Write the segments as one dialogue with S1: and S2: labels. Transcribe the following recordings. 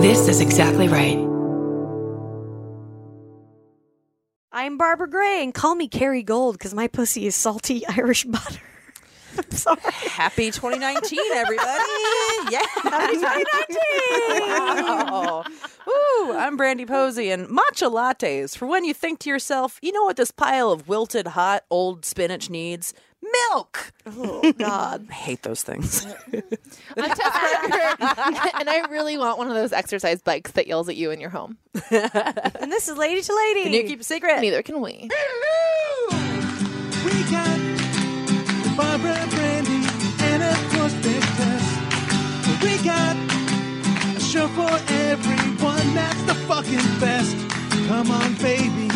S1: This is exactly right.
S2: I'm Barbara Gray, and call me Carrie Gold because my pussy is salty Irish butter. I'm sorry.
S3: Happy 2019, everybody! Yeah, happy 2019! Wow. Ooh, I'm Brandy Posey, and matcha lattes for when you think to yourself, you know what this pile of wilted, hot, old spinach needs? Milk.
S2: Oh God.
S3: I hate those things.
S4: I'm tough worker, and I really want one of those exercise bikes that yells at you in your home.
S2: And this is lady to lady.
S3: Can you keep a secret?
S4: Neither can we.
S5: We got Barbara Brandy and of course Big Tess. We got a show for everyone that's the fucking best. Come on, baby.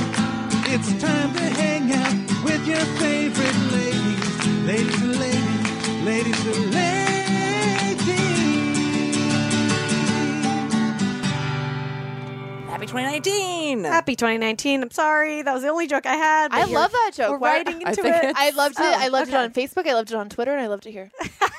S5: It's time to hang out with your favorite ladies. Ladies and ladies, ladies and ladies.
S3: Happy 2019!
S2: Happy 2019. I'm sorry. That was the only joke I had. but
S4: I
S2: you're-
S4: love that joke.
S2: We're
S4: Why-
S2: riding
S3: I
S2: into
S3: think
S2: it.
S3: it's-
S4: I loved it. I loved it on Facebook. I loved it on Twitter, and I loved it here.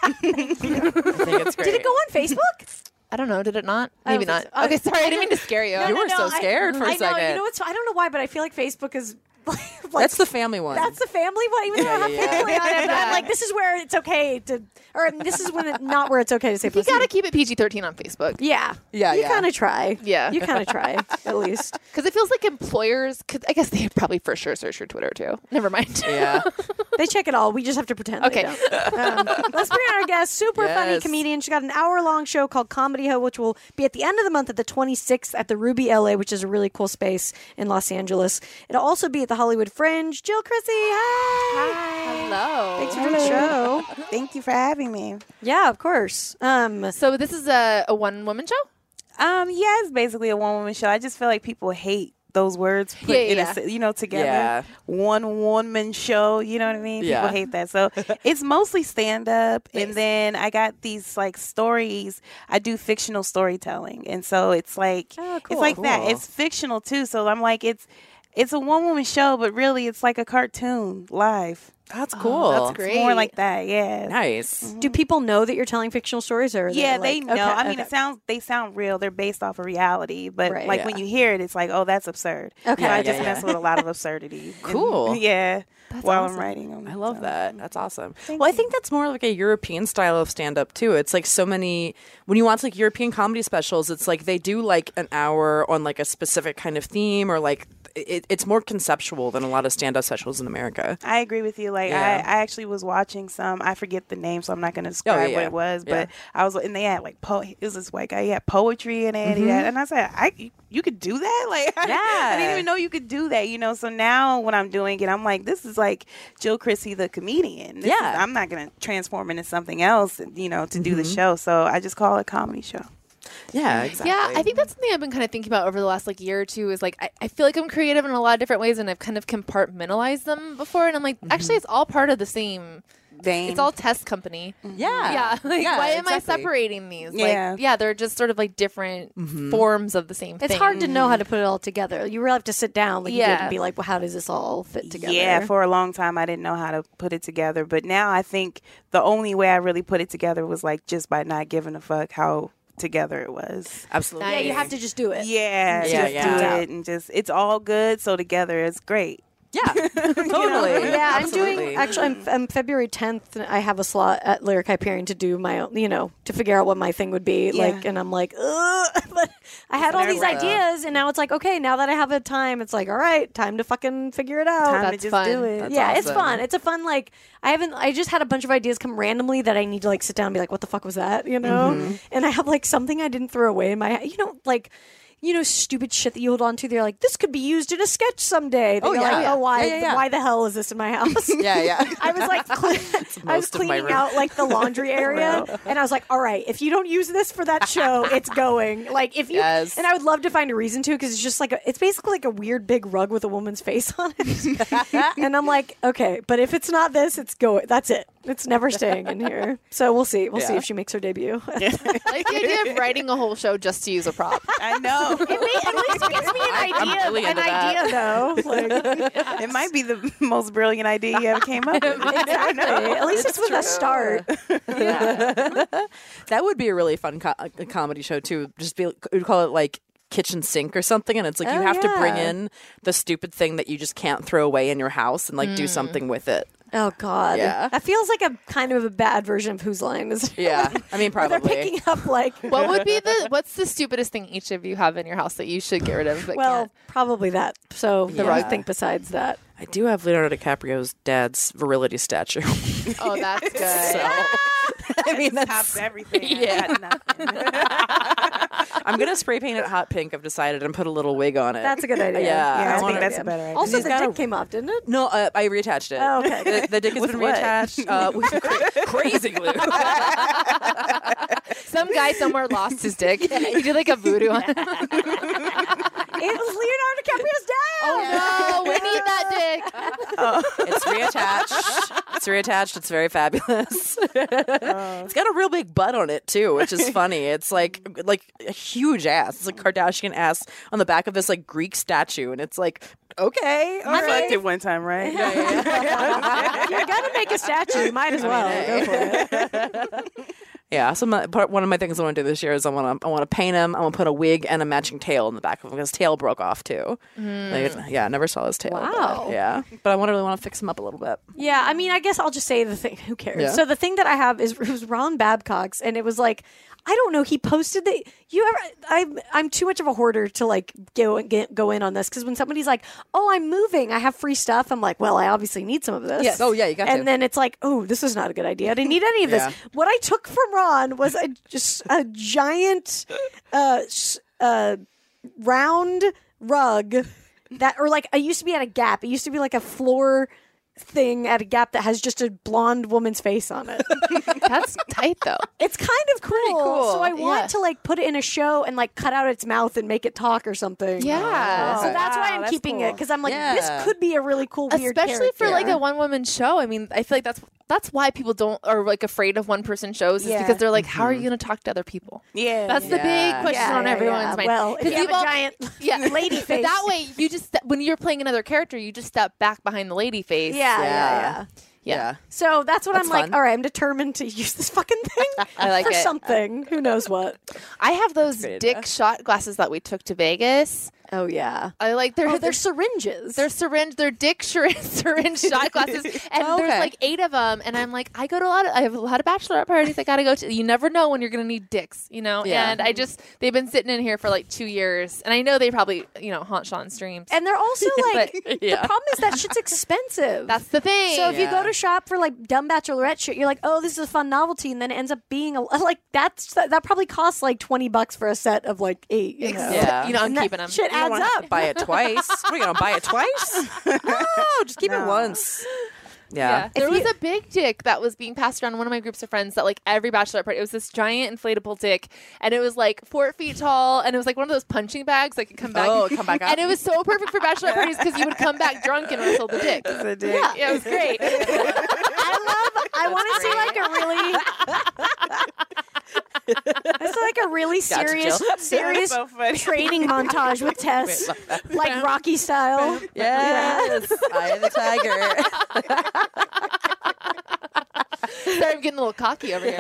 S3: I think it's great.
S2: Did it go on Facebook?
S4: I don't know. Did it not?
S2: I uh, don't
S4: Maybe not.
S2: think so. I-
S4: Okay, sorry. I didn't mean to scare you.
S3: You were so
S2: I-
S3: scared for a
S2: I know. You
S3: second.
S2: know what's? I don't know why, but I feel like Facebook is. Like,
S3: That's the family one.
S2: That's the family one. Even though I have
S3: yeah, yeah.
S2: family on it, but
S4: Yeah.
S2: I'm like, this is where it's okay to, or this is when it, not where it's okay to say.
S4: You
S2: pussy.
S4: got to keep it PG 13 on Facebook.
S2: Yeah.
S3: Yeah,
S2: You
S3: yeah.
S2: kind of try.
S4: Yeah.
S2: You kind of try, at least.
S4: Because it feels like employers, cause I guess they probably for sure search your Twitter too. Never mind.
S3: yeah.
S2: They check it all. We just have to pretend.
S4: Okay.
S2: They don't. Um, let's bring on our guest, super funny
S3: Yes.
S2: comedian. She's got an hour long show called Comedy Ho, which will be at the end of the month at the 26th at the Ruby LA, which is a really cool space in Los Angeles. It'll also be at the Hollywood Fringe. Jill Chrissy. Hi.
S4: Hello.
S2: Thanks for doing the show.
S6: Thank you for having me.
S2: Yeah, of course. Um,
S4: So this is a, a one woman show?
S6: Um, yeah, it's basically a one woman show. I just feel like people hate those words put
S4: Yeah,
S6: in a
S4: yeah.
S6: se- you know together.
S3: Yeah.
S6: One woman show, you know what I mean?
S3: Yeah.
S6: People hate that. So it's mostly stand up and then I got these like stories. I do fictional storytelling. And so it's like
S2: Oh, cool.
S6: it's like that.
S3: Cool.
S6: It's fictional too. So I'm like it's it's a one woman show, but really it's like a cartoon live.
S3: That's cool.
S2: Oh,
S4: that's
S6: It's more
S4: Great.
S6: like that, yeah.
S3: Nice.
S2: do people know that you're telling fictional stories? Or are
S6: Yeah, they
S2: like-
S6: know.
S2: Okay,
S6: I mean,
S2: okay.
S6: it sounds they sound real. They're based off of reality, but
S2: Right.
S6: like when you hear it, it's like, oh, that's absurd.
S2: Okay.
S6: so
S2: Yeah,
S6: I
S2: yeah,
S6: just
S3: yeah.
S6: mess with a lot of absurdity. and-
S3: Cool.
S6: yeah, while
S4: awesome.
S6: I'm writing them.
S3: I love that. That's awesome. well, I think that's more like a European style of stand up too. It's like so many when you watch like European comedy specials, it's like they do like an hour on like a specific kind of theme or like it, it's more conceptual than a lot of stand up specials in America.
S6: I agree with you. Like
S3: Yeah. Oh,
S6: I, I actually was watching some. I forget the name, so I'm not going to describe
S3: yeah.
S6: what it was.
S3: Yeah.
S6: But I was, and they had like po. It was this white guy. He had poetry in it. He
S3: Mm-hmm.
S6: had, and I said, I you could do that. Like I
S3: Yeah.
S6: didn't even know you could do that. You know. So now when I'm doing it, I'm like, this is like Jill Chrissy, the comedian. This is-
S3: Yeah. Mm-hmm.
S6: I'm not going to transform into something else. You know, to do the show. So I just call it comedy show.
S3: Yeah, exactly.
S4: Yeah, I think that's something I've been kind of thinking about over the last like year or two is like I, I feel like I'm creative in a lot of different ways and I've kind of compartmentalized them before and I'm like actually it's all part of the same
S6: Dang.
S4: it's all test company.
S3: Yeah.
S4: Yeah. Like
S3: Yeah,
S4: why am I
S3: exactly.
S4: separating these?
S6: Yeah.
S4: Like yeah, they're just sort of like different forms of the same thing.
S2: It's hard to know how to put it all together. You really have to sit down, like you did,
S4: Yeah.
S2: and be like, "Well, how does this all fit together?"
S6: Yeah, for a long time I didn't know how to put it together, but now I think the only way I really put it together was like just by not giving a fuck how together it was.
S3: absolutely.
S2: yeah, you have to just do it.
S6: Yeah,
S3: Yeah,
S6: just
S3: yeah.
S6: do it and just it's all good. So together it's great.
S3: Yeah, totally.
S2: Yeah, I'm
S3: absolutely.
S2: doing. Actually, I'm, I'm February 10th. And I have a slot at Lyric Hyperion to do my, own, you know, to figure out what my thing would be. Like, and I'm like, Ugh. but I had all these ideas, and now it's like, okay, now that I have a time, it's like, all right, time to fucking figure it out.
S6: Time to
S4: that's
S6: just
S4: fun.
S6: do it.
S3: That's
S2: yeah, it's
S3: awesome.
S2: fun. It's a fun like I haven't. I just had a bunch of ideas come randomly that I need to like sit down and be like, "What the fuck was that?" You know.
S3: Mm-hmm.
S2: And I have like something I didn't throw away in my. You know, like you know, stupid shit that you hold on to. They're like, "This could be used in a sketch someday." That
S3: Oh,
S2: you're
S3: yeah.
S2: like, "Oh, why?
S3: Yeah, yeah, yeah.
S2: Why the hell is this in my house?"
S3: Yeah, yeah.
S2: I was like, cle- I was
S3: most of my
S2: cleaning
S3: room.
S2: out like the laundry area, and I was like, all right, if you don't use this for that show, it's going. Like if you,
S3: Yes.
S2: and I would love to find a reason to because it's just like a, it's basically like a weird big rug with a woman's face on it, and I'm like, okay, but if it's not this, it's going. That's it. It's never staying in here. So we'll see. We'll see
S3: Yeah.
S2: if she makes her debut.
S4: like the idea of writing a whole show just to use a prop.
S6: I know.
S2: at least it gives me
S4: I- I'm idea- really an into that.
S2: though. Like,
S6: it might be the most brilliant idea you ever came up with. I don't know.
S2: at least it's, with a start.
S3: That would be a really fun co- a comedy show too. Just be we'd call it like kitchen sink or something and it's like
S2: Oh,
S3: you have to bring
S2: yeah.
S3: in the stupid thing that you just can't throw away in your house and like
S2: Hmm.
S3: do something with it.
S2: Oh God,
S3: Yeah.
S2: that feels like a kind of a bad version of Whose Line Is. It?
S3: Yeah. I mean
S2: Where
S3: probably.
S2: They're picking up like
S4: What would be the what's the stupidest thing each of you have in your house that you should get rid of but
S2: well,
S4: can't?
S2: probably that. So the
S3: Yeah.
S2: I think besides that,
S3: I do have Leonardo DiCaprio's dad's virility statue.
S4: Oh, that's good.
S3: So I mean
S6: Tops
S3: that's
S6: everything. Yeah.
S3: I'm gonna spray paint it hot pink, I've decided, and put a little wig on it.
S2: that's a good idea.
S3: Yeah, I
S6: I,
S3: wanna-
S6: think that's a better idea.
S2: Also,
S3: He's
S2: the
S3: got
S2: dick
S3: a-
S2: came off, didn't it?
S3: no, uh, I reattached it.
S2: Oh, okay.
S3: The, the dick has been
S6: what?
S3: reattached. Uh, with cra- crazy glue.
S4: Some guy somewhere lost his dick. He did like a voodoo on
S2: it
S4: him.
S2: was Leonardo DiCaprio's dad.
S4: Oh no, we need that dick.
S6: Oh,
S3: It's reattached. It's reattached. It's very fabulous.
S2: Oh.
S3: it's got a real big butt on it too, which is funny. It's like like a huge ass. It's like Kardashian ass on the back of this like Greek statue, and it's like okay, all
S6: I
S3: right.
S6: fucked it one time, right?
S2: you gotta make a statue. You might as well go for it.
S3: yeah. So my, part, one of my things I want to do this year is I want to I want to paint him. I want to put a wig and a matching tail in the back of him because tail broke off too. Like, yeah, I never saw his tail. but,
S2: Hmm. Wow.
S3: yeah, but I want to really want to fix him up a little bit.
S2: Yeah, I mean, I guess I'll just say the thing. Who cares?
S3: Yeah.
S2: So the thing that I have is it was Ron Babcock's, and it was like, I don't know. He posted that you ever. I'm I'm too much of a hoarder to like go get, go in on this because when somebody's like, oh, I'm moving, I have free stuff. I'm like, well, I obviously need some of this.
S3: Yes. Oh, yeah, you got
S2: And
S3: to.
S2: then it's like, oh, this is not a good idea. I didn't need any of this.
S3: Yeah.
S2: What I took from Ron was a just a giant, uh, s- uh round rug that or like I used to be at a gap. It used to be like a floor thing at a gap that has just a blonde woman's face on it.
S4: That's tight though.
S2: it's kind of cool.
S4: cool,
S2: So I want
S4: yeah.
S2: to like put it in a show and like cut out its mouth and make it talk or something.
S4: Yeah.
S2: So that's why
S6: Wow,
S2: I'm
S6: that's
S2: keeping
S6: cool.
S2: it because I'm like
S3: Yeah.
S2: this could be a really cool weird
S4: Especially for like
S2: character.
S4: a one woman show. I mean, I feel like that's that's why people don't are like afraid of one person shows is
S2: Yeah.
S4: because they're like, How are you gonna talk to other people?
S6: Yeah.
S4: That's the
S3: Yeah.
S4: big question
S2: Yeah,
S4: on
S2: yeah,
S4: everyone's
S2: yeah.
S4: mind.
S2: Well, if
S4: 'Cause
S2: you have a
S4: all-
S2: giant lady
S4: But
S2: face.
S4: That way, you just step- when you're playing another character, you just step back behind the lady face.
S2: yeah,
S3: Yeah.
S2: yeah, yeah.
S3: Yeah.
S2: So that's what
S3: That's
S2: I'm
S3: fun.
S2: like. All right, I'm determined to use this fucking thing
S4: I like
S2: for
S4: it.
S2: something. Who knows what?
S4: I have those
S3: great
S4: dick shot glasses that we took to Vegas.
S2: Oh yeah.
S4: I like they're
S2: Oh,
S4: they're
S2: they're syringes.
S4: they're syringe they're dick syringe, syringe shot glasses and
S3: Okay.
S4: there's like eight of them and i'm like i go to a lot of i have a lot of bachelorette parties i gotta go to you never know when you're gonna need dicks you know
S3: Yeah.
S4: and i just they've been sitting in here for like two years and i know they probably you know haunt sean's dreams
S2: And they're also like
S4: But-
S3: yeah.
S2: the problem is that shit's expensive.
S4: that's the thing
S2: so if you
S3: Yeah.
S2: go to shop for like dumb bachelorette shit, you're like, oh, this is a fun novelty, and then it ends up being a, like that's that, that probably costs like twenty bucks for a set of like eight. You know?
S4: Ex-
S3: Yeah.
S4: you know i'm
S2: And that
S4: keeping them
S2: Shit
S3: You don't
S2: adds
S3: wanna have
S2: up.
S3: to buy it twice. what are you gonna buy it twice? No, just keep it once.
S4: Yeah.
S3: Yeah.
S4: There was a big dick that was being passed around one of my groups of friends that like every bachelor party. It was this giant inflatable dick and it was like four feet tall and it was like one of those punching bags that could come back.
S3: Oh, come back up.
S4: And it was so perfect for bachelor parties because you would come back drunk and wrestle the dick.
S6: the dick.
S4: Yeah, yeah, it was great.
S2: I love. I want to see like a really. It's like a really
S3: Gotcha,
S2: serious,
S3: Jill.
S2: serious
S6: so funny.
S2: training montage with Tess, like Rocky style.
S3: Yes, I am the tiger.
S4: Sorry, I'm getting a little cocky over here.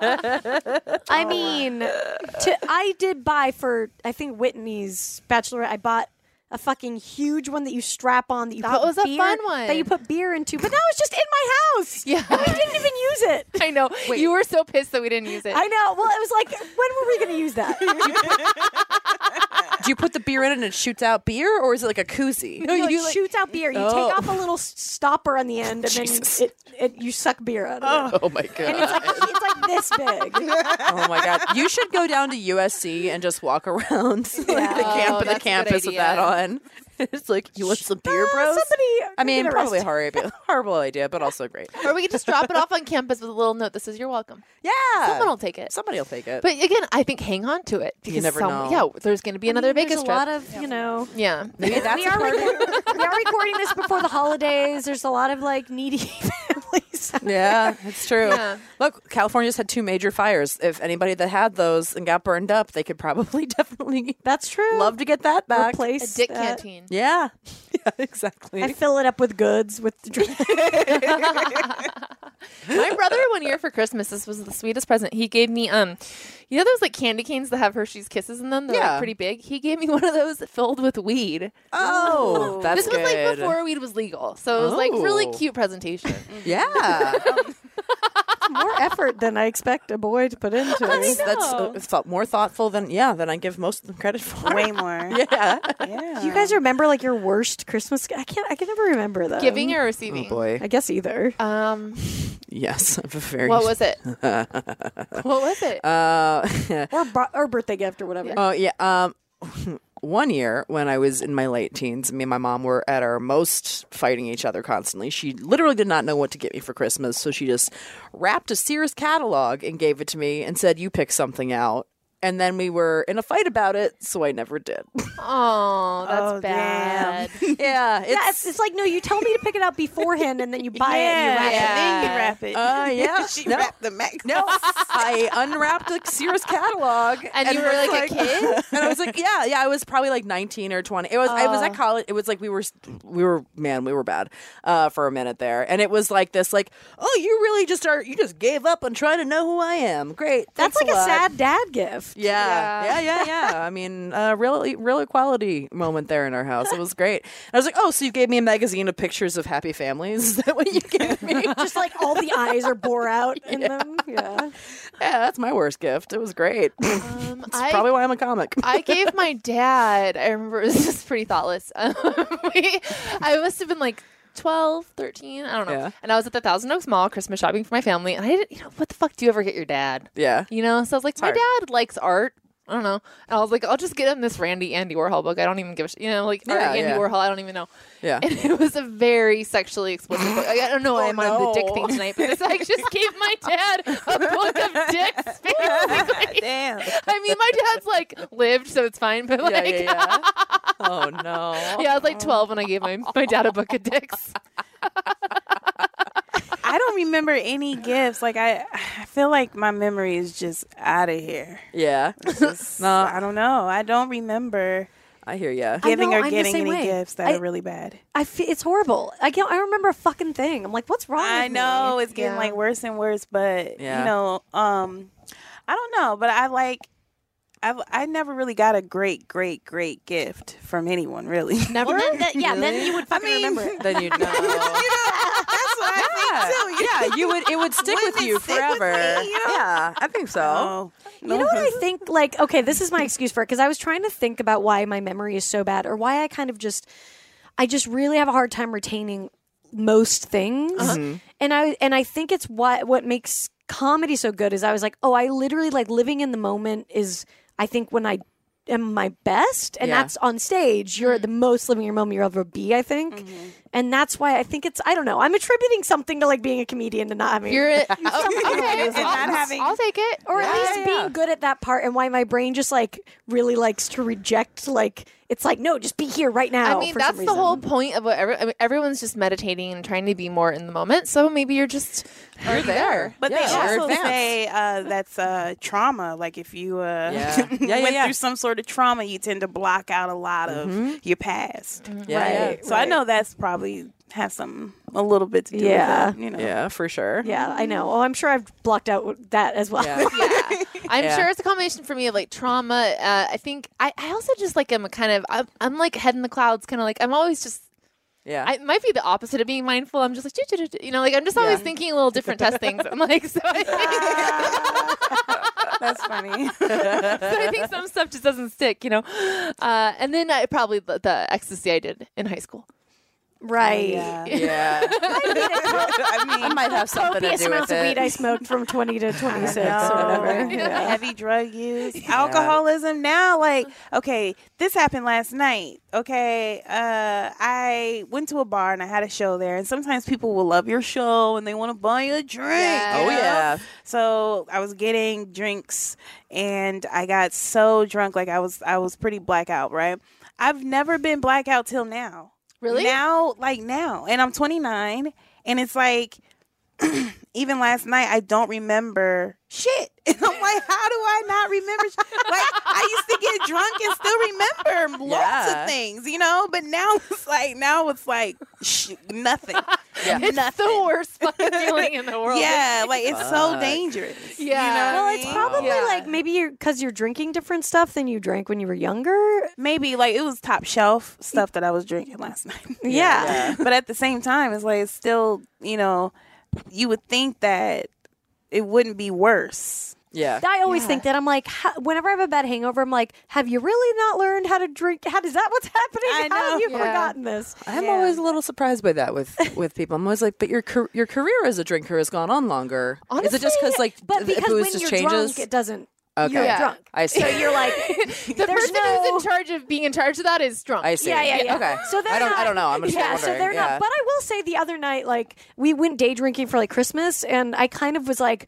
S2: I mean, to, I did buy for I think Whitney's bachelorette. I bought a fucking huge one that you strap on that you
S4: That
S2: put
S4: was a
S2: beer,
S4: fun one.
S2: that you put beer into, but that was just in my house.
S4: Yeah.
S2: and we didn't even use it.
S4: I know. You were so pissed that we didn't use it.
S2: I know. Well, it was like, when were we going to use that?
S3: Do you put the beer in it and it shoots out beer, or is it like a koozie?
S2: No,
S4: you
S2: it
S4: do, like-
S2: shoots out beer. You
S3: Oh.
S2: take off a little s- stopper on the end, and then
S3: Jesus.
S2: it, it, you suck beer out of it.
S3: Oh my
S2: And
S3: god!
S2: it's like it's like this big.
S3: Oh my god! You should go down to USC and just walk around like, the
S2: Yeah.
S3: camp
S4: Oh,
S3: of
S4: that's a
S3: the
S4: good
S3: campus with that
S4: idea.
S3: on. it's like you want some beer,
S2: Ah,
S3: bros?
S2: somebody-
S3: I mean,
S2: get
S3: probably
S2: arrested.
S3: horrible, horrible idea, but also great.
S4: or we could just drop it off on campus with a little note that says you're welcome.
S3: Yeah,
S4: Someone will take it.
S3: Somebody will take it.
S4: But again, I think hang on to it because
S3: never
S4: some-
S3: know.
S4: yeah, there's going to be another
S2: There's
S4: Vegas
S2: a
S4: trip.
S2: lot of you know.
S4: yeah.
S3: Maybe that's
S2: we
S3: a
S2: are,
S3: part of it.
S2: recording, we are recording this before the holidays. There's a lot of like needy families.
S3: Yeah, it's true.
S4: Yeah.
S3: Look, California's had two major fires. If anybody that had those and got burned up, they could probably definitely
S2: That's true.
S3: love to get that back.
S4: A
S2: Replace
S4: dick
S2: that.
S4: canteen.
S3: Yeah, yeah, exactly.
S2: I fill it up with goods with drinks.
S4: My brother one year for Christmas, this was the sweetest present. He gave me um you know those like candy canes that have Hershey's kisses in them? They're
S3: Yeah.
S4: like pretty big. He gave me one of those filled with weed.
S3: oh, that's
S4: this was like
S3: good.
S4: before weed was legal. So it was like really
S3: Oh.
S4: cute presentation.
S3: Yeah,
S2: more effort than I expect a boy to put into.
S3: that's,
S2: it.
S3: that's uh, thought- more thoughtful than yeah than I give most of them credit for.
S6: Way more.
S3: yeah.
S6: yeah.
S2: Do you
S3: Um.
S2: guys remember like your worst Christmas? I can't. I can never remember that.
S4: Giving or receiving?
S3: Mm. Oh, boy.
S2: I guess either.
S3: Uh.
S4: Um
S3: Yes, I have a very.
S4: what was it? what was it?
S3: Uh,
S2: Or bu- or birthday gift or whatever.
S3: Oh yeah. Um, one year when I was in my late teens, me and my mom were at our most fighting each other constantly. She literally did not know what to get me for Christmas, so she just wrapped a Sears catalog and gave it to me and said, "You pick something out." And then we were in a fight about it, so I never did.
S4: oh, that's
S6: Oh,
S4: bad.
S6: damn.
S3: yeah, it's,
S2: yeah, it's, it's like no, you tell me to pick it out beforehand, and then you buy it. And you wrap
S4: Yeah.
S2: it.
S6: Then you wrap it.
S3: Uh, yeah.
S6: she
S3: No.
S6: wrapped the mac.
S3: No, I unwrapped a Sears catalog,
S4: And you were,
S3: was
S4: like, a kid?
S3: and I was like, yeah, yeah. I was probably like nineteen or twenty. It was, I was at college. It was like we were, we were, man, we were bad uh, for a minute there, and it was like this, like, oh, you really just are, you just gave up on trying to know who I am. Great,
S2: That's
S3: thanks
S2: like a,
S3: lot.
S2: sad dad gift.
S3: Yeah. yeah,
S4: Yeah.
S3: yeah, yeah, I mean, uh, real, real equality moment there in our house. It was great. And I was like, oh, so you gave me a magazine of pictures of happy families? Is that what you gave me?
S2: Just like all the eyes are bore out in them. Yeah.
S3: yeah, that's my worst gift. It was great.
S4: Um,
S3: It's probably why I'm a comic.
S4: I gave my dad, I remember this is pretty thoughtless. Um, we, I must have been like 12, 13, I don't know.
S3: Yeah.
S4: And I was at the Thousand Oaks Mall Christmas shopping for my family. And I didn't, you know, what the fuck do you ever get your dad?
S3: yeah.
S4: You know? So I was like, my
S3: hard.
S4: dad likes art. I don't know. And I was like, I'll just get him this Randy Andy Warhol book. I don't even give a shit. You know, like art
S3: Yeah,
S4: Andy
S3: yeah.
S4: Warhol, I don't even know.
S3: Yeah.
S4: And it was a very sexually explicit book. Like, I don't know why
S3: Oh,
S4: I'm on the dick
S3: no.
S4: thing tonight, but this, I just gave my dad a book of dicks. basically.
S6: Damn.
S4: I mean, my dad's like lived, so it's fine. But like,
S3: yeah,
S4: yeah,
S3: yeah, yeah. oh no.
S4: I was like 12 when I gave my, my dad a book of dicks.
S6: I don't remember any gifts. Like I, I feel like my memory is just out of here.
S3: Yeah.
S6: It's just-
S3: No.
S6: I don't know. I don't remember
S3: I hear ya.
S2: I
S6: giving
S2: know,
S6: or
S2: I'm the
S6: getting
S2: same
S6: any
S2: way.
S6: gifts that
S2: I-
S6: are really bad.
S2: I feel, it's horrible. I can't. I don't remember a fucking thing. I'm like, what's wrong?
S6: I
S2: with me?
S6: know it's getting
S4: Yeah.
S6: like worse and worse, but
S3: Yeah.
S6: you know, um, I don't know, but I like. I've, I never really got a great, great, great gift from anyone, really.
S4: Never.
S2: Well, then, that, yeah, then you would
S6: I
S2: fucking
S6: mean,
S2: remember it.
S3: Then you'd know.
S6: That's what I think too.
S3: yeah, you would. It would stick
S6: Wouldn't
S3: with
S6: it
S3: you
S6: stick with
S3: forever.
S6: me, you know?
S3: Yeah, I think so.
S6: Oh,
S2: You know what I think? Like, okay, this is my excuse for it because I was trying to think about why my memory is so bad or why I kind of just, I just really have a hard time retaining most things, and I and I think it's what what makes comedy so good is I was like, oh, I literally like living in the moment is I think when I am my best and
S3: Yeah.
S2: that's on stage you're the most living your moment you'll ever be i think and that's why i think it's i don't know i'm attributing something to like being a comedian to not having
S4: You're it.
S6: okay,
S4: okay,
S6: and not
S4: I'll,
S6: having-
S4: I'll take it.
S2: or at least
S3: yeah.
S2: being good at that part and why my brain just like really likes to reject like it's like no just be here right now
S4: I mean,
S2: for some
S4: that's the whole
S2: reason.
S4: point of what every, I mean, everyone's just meditating and trying to be more in the moment. So maybe you're just are there.
S6: But
S3: Yeah,
S6: they
S3: or
S6: also
S3: advanced.
S6: say uh, that's uh, trauma. Like if you uh,
S3: Yeah. Yeah,
S6: went
S3: yeah, yeah. Mm-hmm.
S6: through some sort of trauma, you tend to block out a lot of your past.
S3: Yeah,
S2: Right.
S6: So I know that's probably has some a little bit to do
S2: Yeah.
S6: with it. You know.
S3: yeah, yeah, for sure.
S2: yeah i know oh i'm sure i've blocked out that as well
S3: Yeah.
S4: yeah. I'm
S3: Yeah.
S4: sure it's a combination for me of like trauma. Uh, I think I, I also just like am kind of I'm, I'm like head in the clouds, kind of like I'm always just
S3: yeah.
S4: I it might be the opposite of being mindful. I'm just like, "Doo, doo, doo, doo," you know, like I'm just always thinking a little different test things. I'm like, so I, think,
S6: That's funny.
S4: so I think some stuff just doesn't stick, you know. Uh, and then I probably the, the ecstasy I did in high school.
S2: Right.
S6: Yeah.
S3: Yeah.
S6: I mean,
S3: I might have something to
S2: Copious
S3: do with
S2: amounts of weed
S3: it.
S2: I smoked from 20 to 26 or
S6: No.
S2: whatever.
S6: Yeah. Heavy drug use, alcoholism. Now, like, okay, this happened last night. Okay, uh, I went to a bar and I had a show there, and sometimes people will love your show and they want to buy you a drink.
S4: Yeah.
S3: Oh,
S6: you know?
S3: yeah.
S6: So I was getting drinks, and I got so drunk, like I was, I was pretty blackout. Right? I've never been blackout till now.
S4: Really?
S6: Now, like now, and I'm 29, and it's like even last night, I don't remember shit. And I'm like, how do I not remember? sh- like, I used to get drunk and still remember lots
S3: Yeah.
S6: of things, you know. But now it's like, now it's like sh- nothing.
S3: Yeah.
S4: It's the worst fucking feeling in the world.
S6: yeah, like it's so
S3: Fuck.
S6: dangerous.
S4: Yeah.
S6: you know
S2: Well,
S6: what I
S2: it's
S6: mean?
S2: probably
S4: Yeah.
S2: like maybe you're because you're drinking different stuff than you drank when you were younger.
S6: maybe like it was top shelf stuff that I was drinking last night.
S2: Yeah.
S6: but at the same time, it's like it's still, you know, you would think that it wouldn't be worse.
S3: Yeah.
S2: I always think that I'm like, ha- whenever I have a bad hangover, I'm like, have you really not learned how to drink? How is that what's happening?
S6: I
S2: How
S6: know.
S2: have you
S4: Yeah.
S2: forgotten this?
S3: I'm always a little surprised by that with with people. I'm always like, but your car- your career as a drinker has gone on longer. is it just because like
S2: but
S3: th- the
S2: because
S3: booze
S2: when
S3: just
S2: you're
S3: changes?
S2: drunk, it doesn't.
S3: okay,
S2: You're
S4: Yeah.
S2: drunk.
S3: I see.
S2: So you're like,
S4: The
S2: there's
S4: person
S2: no-
S4: who's in charge of being in charge of that is drunk.
S3: I see.
S2: Yeah, yeah, yeah.
S3: Okay.
S2: So they're
S3: I don't.
S2: Not,
S3: I don't know. I'm just
S2: yeah.
S3: wondering.
S2: So they're
S3: yeah.
S2: not. But I will say, the other night, like we went day drinking for like Christmas, and I kind of was like.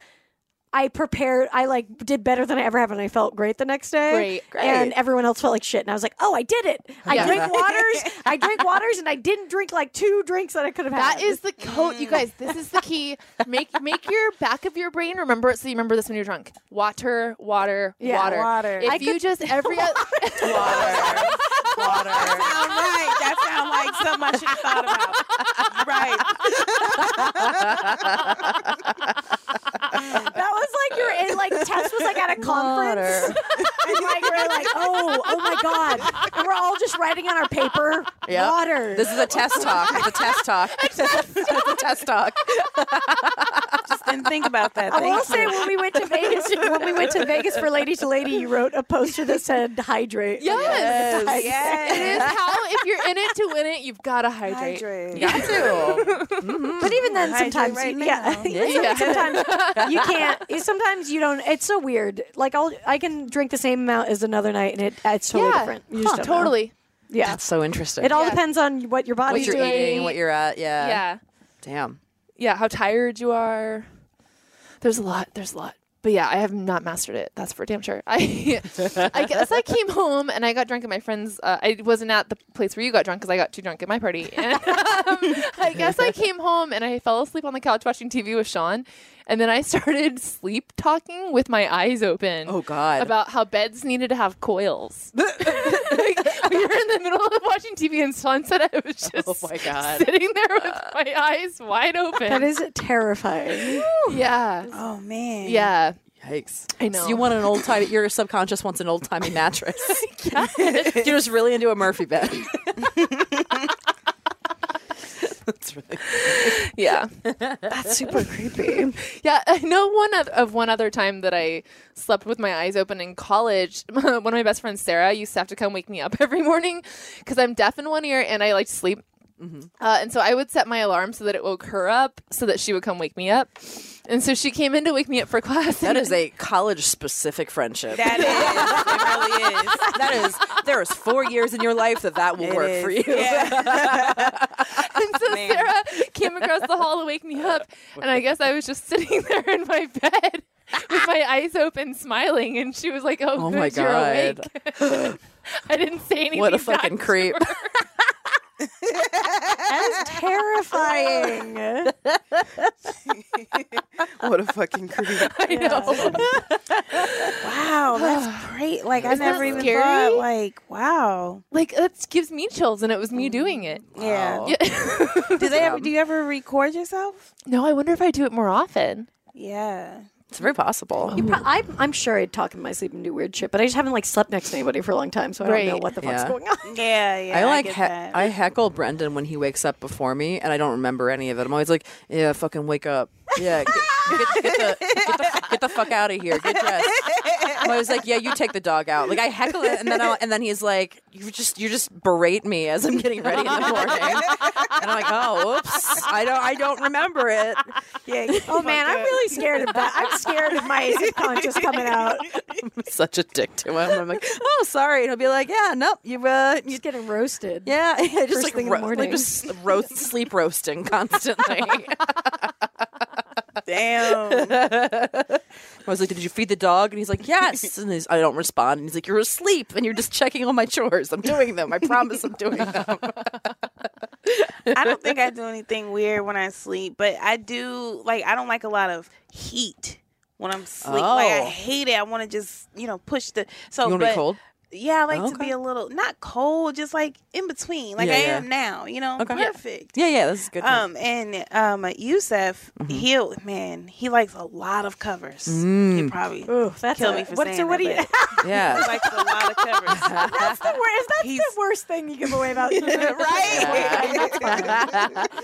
S2: I prepared. I like did better than I ever have, and I felt great the next day.
S4: Great, great.
S2: And everyone else felt like shit, and I was like, "Oh, I did it! I
S4: Yeah.
S2: drank waters. I drank waters, and I didn't drink like two drinks that I could have had."
S4: That is the code, you guys. This is the key. Make make your back of your brain remember it so you remember this when you're drunk. Water, water,
S2: Yeah,
S4: water.
S6: water.
S4: If
S6: I
S4: you just every other
S3: water. water.
S6: Sound right. That sound like something I should have thought about. Right.
S2: That was like you're in like Tess was like at a conference. and like we're like, oh, oh my god. And we're all just writing on our paper
S3: Yep.
S2: water.
S3: This is a test talk. It's a test talk. It's a test talk.
S6: Just didn't think about that.
S2: I
S6: Thank
S2: will
S6: you.
S2: say when we went to Vegas when we went to Vegas for Lady to Lady, you wrote a poster that said hydrate.
S4: Yes.
S2: Hydrate.
S4: It is how if you're in it to win it, you've gotta hydrate.
S6: Hydrate.
S3: Got to.
S2: But even then
S6: Hydrate
S2: sometimes
S6: right
S2: you- yeah.
S6: now.
S2: yeah. sometimes you can't sometimes you don't it's so weird. Like I'll I can drink the same amount as another night and it it's totally
S4: yeah.
S2: different. You just
S4: Huh.
S2: don't know.
S4: totally.
S2: Yeah.
S3: That's so interesting.
S2: it all
S4: Yeah.
S2: depends on what your body's
S3: what you're
S2: doing.
S3: eating, what you're at. Yeah.
S4: Yeah.
S3: Damn.
S4: Yeah. How tired you are. There's a lot. There's a lot. But yeah, I have not mastered it. That's for damn sure. I, I guess I came home and I got drunk at my friend's. Uh, I wasn't at the place where you got drunk because I got too drunk at my party. And, um, I guess I came home and I fell asleep on the couch watching TV with Sean, and then I started sleep talking with my eyes open.
S3: Oh, God.
S4: About how beds needed to have coils. like, we were in the middle of watching TV and Sean said I was just
S3: Oh, my God.
S4: sitting there with my eyes wide open.
S2: That is terrifying.
S4: yeah,
S6: Oh man.
S4: yeah.
S3: Yikes.
S4: I know.
S3: So you want an old timey, your subconscious wants an old timey mattress. You're just really into a Murphy bed. That's really
S4: Yeah,
S2: That's super creepy.
S4: yeah. I know one of, of one other time that I slept with my eyes open in college. One of my best friends, Sarah, used to have to come wake me up every morning because I'm deaf in one ear and I like to sleep. Uh, and so I would set my alarm so that it woke her up, so that she would come wake me up. And so she came in to wake me up for class.
S3: That is a college specific friendship.
S6: That is. It really is.
S3: that is there is four years in your life that that will
S6: It
S3: work
S6: is.
S3: for you.
S6: Yeah.
S4: And so
S6: Man.
S4: Sarah came across the hall to wake me up, and I guess I was just sitting there in my bed with my eyes open, smiling, and she was like, "Oh,
S3: Oh
S4: good,
S3: my
S4: you're
S3: God.
S4: awake." I didn't say anything.
S3: What a
S4: back
S3: fucking
S4: to
S3: creep.
S4: her.
S2: That is terrifying.
S6: What a fucking creep.
S4: I know.
S6: Wow, that's great. Like
S4: Isn't
S6: I
S4: that
S6: never even
S4: scary?
S6: thought like wow.
S4: Like that gives me chills, and it was me doing it.
S3: Oh.
S6: Yeah.
S4: Yeah.
S6: Do they
S3: um,
S6: ever do you ever record yourself?
S4: no, I wonder if I do it more often.
S6: Yeah.
S3: It's very possible.
S2: I'm, I'm sure I'd talk in my sleep and do weird shit, but I just haven't like slept next to anybody for a long time, so I don't know
S4: Right.
S2: what the fuck's
S3: Yeah.
S2: going on.
S6: Yeah, yeah.
S3: I like
S6: get
S3: he-
S6: that.
S3: I heckle Brendan when he wakes up before me, and I don't remember any of it. I'm always like, "Yeah, fucking wake up! Yeah, get, get, get the, get, the, get the fuck out of here! Get dressed! I was like, "Yeah, you take the dog out." Like I heckle it, and then I'll, and then he's like, "You just you just berate me as I'm getting ready in the morning." and I'm like, "Oh, oops, I don't I don't remember it."
S6: Yeah.
S2: Oh man, I'm really scared of that. I'm scared of my subconscious coming out.
S3: I'm such a dick to him. I'm like, "Oh, sorry," and he'll be like, "Yeah, nope, you uh, you
S2: Just getting roasted.
S3: yeah, I just
S2: First
S3: like,
S2: thing in the
S3: ro- like
S2: morning.
S3: just roast sleep roasting constantly."
S6: Damn.
S3: I was like, "Did you feed the dog?" And he's like, "Yes." And he's, I don't respond. And he's like, "You're asleep, and you're just checking all my chores. I'm doing them. I promise, I'm doing them."
S6: I don't think I do anything weird when I sleep, but I do like I don't like a lot of heat when I'm sleep. Like I
S3: Oh.
S6: hate it. I want to just you know push the so.
S3: You want to
S6: but,
S3: be cold?
S6: Yeah, I like to
S3: Okay.
S6: be a little not cold, just like in between, like
S3: Yeah,
S6: I
S3: yeah.
S6: am now. You know,
S3: Okay. Yeah.
S6: perfect.
S3: Yeah, yeah, Mm-hmm. that's good.
S6: Um and um Yusef, he'll man, he likes a lot of covers. He
S3: Mm.
S6: probably
S2: Ooh, that's
S6: kill
S2: a-
S6: me for
S2: what's
S6: saying
S2: the, what do
S6: that,
S2: you?
S3: Um,
S6: he
S3: yeah.
S6: likes a lot of covers.
S2: that's the worst. That's
S6: He's-
S2: the worst thing you give away about.
S6: right?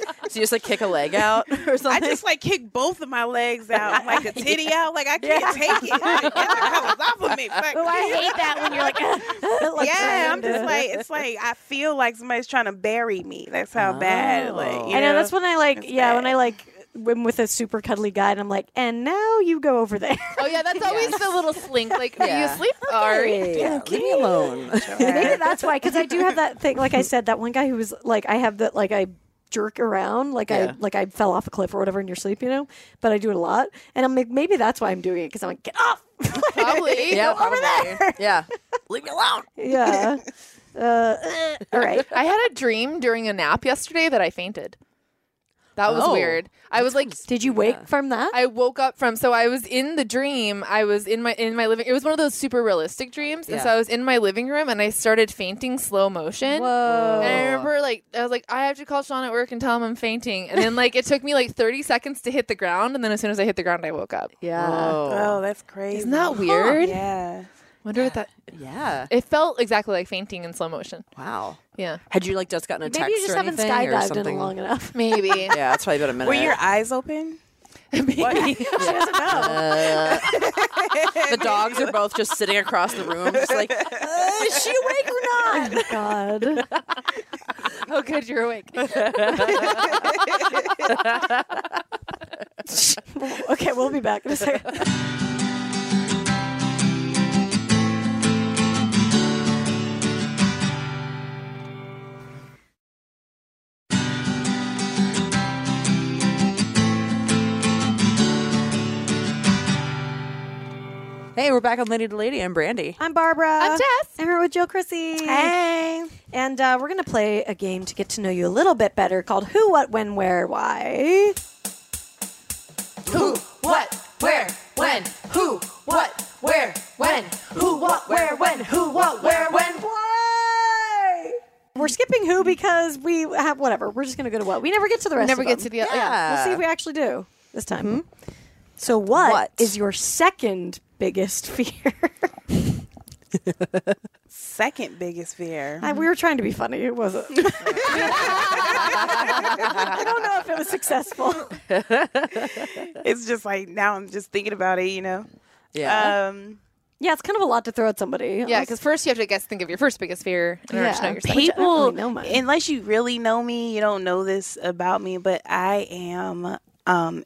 S3: so you just like kick a leg out or
S6: I
S3: something.
S6: just like kick both of my legs out, like a titty out. Like I can't take it. Like, get the covers off of me. Fuck.
S2: Oh, I hate that when you're like, like
S6: yeah,
S2: trying
S6: I'm just
S2: to-
S6: like it's like I feel like somebody's trying to bury me. That's how bad. Like
S3: Oh.
S6: you
S2: I know that's when I like.
S6: It's
S2: Yeah, when
S6: bad.
S2: I like. When with a super cuddly guy, and I'm like, and now you go over there.
S4: Oh yeah, that's always the little slink. Like, are you
S3: Yeah.
S4: asleep? Sorry.
S3: yeah, leave me alone.
S2: Maybe that's why, because I do have that thing. Like I said, that one guy who was like, I have that like I jerk around, like
S3: Yeah.
S2: I like I fell off a cliff or whatever in your sleep, you know. But I do it a lot, and I'm like, maybe that's why I'm doing it because I'm like, get off.
S4: Probably.
S3: yeah, probably. Yeah, leave me alone.
S2: yeah. Uh, eh. all right.
S4: I had a dream during a nap yesterday that I fainted. That was
S3: Oh.
S4: weird. I was like
S2: Did you wake from that?
S4: I woke up from so I was in the dream. I was in my in my living. It was one of those super realistic dreams, and so
S3: Yeah.
S4: I was in my living room and I started fainting slow motion.
S2: Whoa.
S4: And I remember like I was like I have to call Sean at work and tell him I'm fainting, and then like it took me like 30 seconds to hit the ground, and then as soon as I hit the ground, I woke up.
S2: Yeah.
S6: oh, that's crazy.
S4: Isn't that weird?
S6: Yeah.
S4: Wonder what that.
S3: Yeah.
S4: It felt exactly like fainting in slow motion.
S3: Wow.
S4: Yeah,
S3: Had you like just gotten a text
S2: Maybe you just
S3: or
S2: haven't
S3: anything or
S2: skydived in
S3: something?
S2: it long enough.
S4: maybe.
S3: Yeah, that's probably about a minute.
S6: Were your eyes open?
S4: maybe.
S3: Uh, the dogs are both just sitting across the room, just like, uh, is she awake or not?
S2: Oh my god.
S4: oh, good, you're awake.
S2: okay, we'll be back in a second.
S3: Hey, we're back on Lady to Lady. I'm Brandy.
S2: I'm Barbara.
S4: I'm Jess.
S2: And we're with Jill Chrissy.
S6: Hey.
S2: And uh, we're going to play a game to get to know you a little bit better called Who, What, When, Where, Why.
S4: Who, what, where, when? Who, what, where, when? Who, what, where, when? Who, what, where, when?
S2: Why? We're skipping who because we have whatever. We're just going to go to what. We never get to the rest
S4: Never
S2: of
S4: get
S2: them.
S4: to the other. Yeah. Mm-hmm.
S3: Yeah.
S2: We'll see if we actually do this time. So, what,
S3: What?
S2: is your second biggest fear?
S6: Second biggest fear.
S4: Mm-hmm.
S2: I- we were trying to be funny. It wasn't. I don't know if it was successful.
S6: It's just like now I'm just thinking about it, you know.
S3: Yeah.
S6: Um
S2: Yeah, it's kind of a lot to throw at somebody.
S4: Yeah, because first you have to guess, think of your first biggest fear in order to know
S2: Yeah.
S4: your second.
S2: Which I don't
S6: people
S2: really know much.
S6: unless you really know me, you don't know this about me, but I am um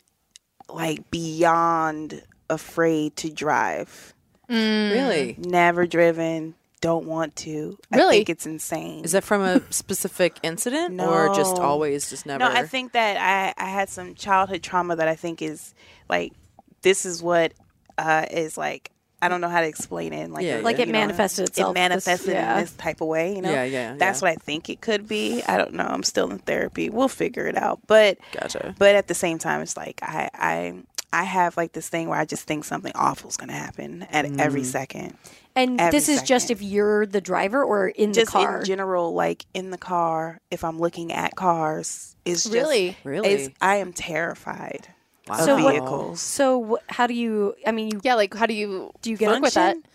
S6: like beyond afraid to drive.
S4: Um,
S3: really?
S6: Never driven, don't want to. I
S4: Really?
S6: think it's insane.
S3: Is that from a specific incident or just
S6: No.
S3: always just never?
S6: No, I think that I, I had some childhood trauma that I think is like this is what uh, is like I don't know how to explain it. Like,
S3: Yeah,
S6: a-
S3: Like
S2: it
S6: you know,
S2: manifested itself
S6: It
S2: this-
S6: manifested
S2: yeah.
S6: in this type of way. You know.
S3: Yeah, yeah,
S6: That's
S3: yeah.
S6: what I think it could be. I don't know. I'm still in therapy. We'll figure it out. But
S3: Gotcha.
S6: But at the same time, it's like I I I have like this thing where I just think something awful is gonna happen at
S3: Mm.
S6: every second.
S2: And
S6: Every
S2: this is just
S6: second.
S2: if you're the driver or in
S6: Just
S2: the car.
S6: in general, like in the car, if I'm looking at cars, it's just
S4: Really?
S3: Really?
S6: it's- I am terrified.
S3: Wow.
S6: of
S2: So what-
S6: vehicles.
S2: So wh- how do you? I mean, you
S4: Yeah, like how do you
S2: do you get
S4: work with that?
S6: Function?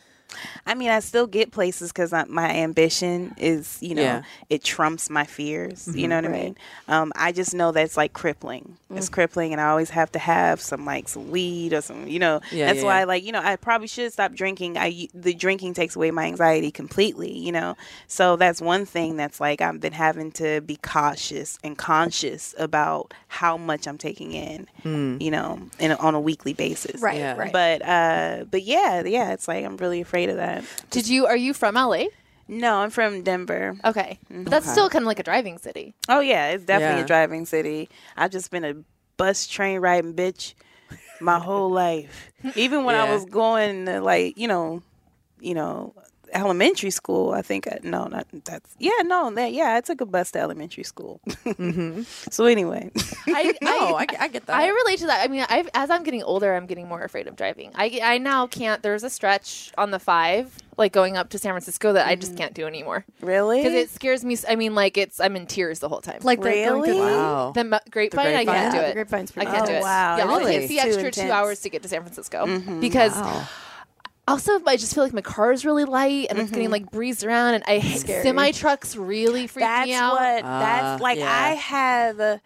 S6: I mean, I still get places because my ambition is, you know,
S3: Yeah. Mm-hmm.
S6: it trumps my fears. You know what I mean? Um, I just know that's like crippling.
S3: Mm.
S6: It's crippling, and I always have to have some like some weed or some, you know.
S3: Yeah,
S6: that's
S3: yeah,
S6: why,
S3: yeah.
S6: like, you know, I probably should stop drinking. I the drinking takes away my anxiety completely. You know, so that's one thing that's like I've been having to be cautious and conscious about how much I'm taking in.
S3: Hmm.
S6: You know, in, on a weekly basis.
S2: Right,
S3: Yeah.
S2: right.
S6: But uh, but yeah, yeah, it's like I'm really afraid of that.
S4: Did you? Are you from LA?
S6: No, I'm from Denver.
S4: Okay,
S6: Mm-hmm.
S4: but that's still kind of like a driving city.
S6: Oh yeah, it's definitely
S3: Yeah.
S6: a driving city. I've just been a bus train riding bitch my whole life. Even when I
S3: Yeah.
S6: was going to like, you know, you know, elementary school, I think I, no, not that's yeah, no, that yeah, I took a bus to elementary school. So anyway.
S4: I,
S3: No, I, I get that.
S4: I relate to that. I mean, I've, as I'm getting older, I'm getting more afraid of driving. I, I now can't. There's a stretch on the five, like going up to San Francisco, that I
S6: Mm-hmm.
S4: just can't do anymore
S6: really?
S4: because it scares me. s- I mean, like it's I'm in tears the whole time.
S2: like the going
S6: Really? Oh.
S2: through the-
S3: wow.
S4: the mu- grapevine, I
S3: grapevine?
S4: can't do
S2: Yeah,
S4: it.
S2: the grapevine's
S4: I
S2: pretty
S4: can't
S6: bad.
S4: do it.
S6: Oh, wow,
S4: Yeah, I'll
S6: really?
S4: take the
S6: Too
S4: extra two
S6: intense. Mm-hmm.
S4: hours to get to San Francisco because. Also, I just feel like my car is really light and it's
S6: Mm-hmm.
S4: getting like breezed around, and I semi trucks really freak
S6: that's
S4: me out.
S6: what that's
S3: Ah,
S6: like
S3: yeah.
S6: i have uh,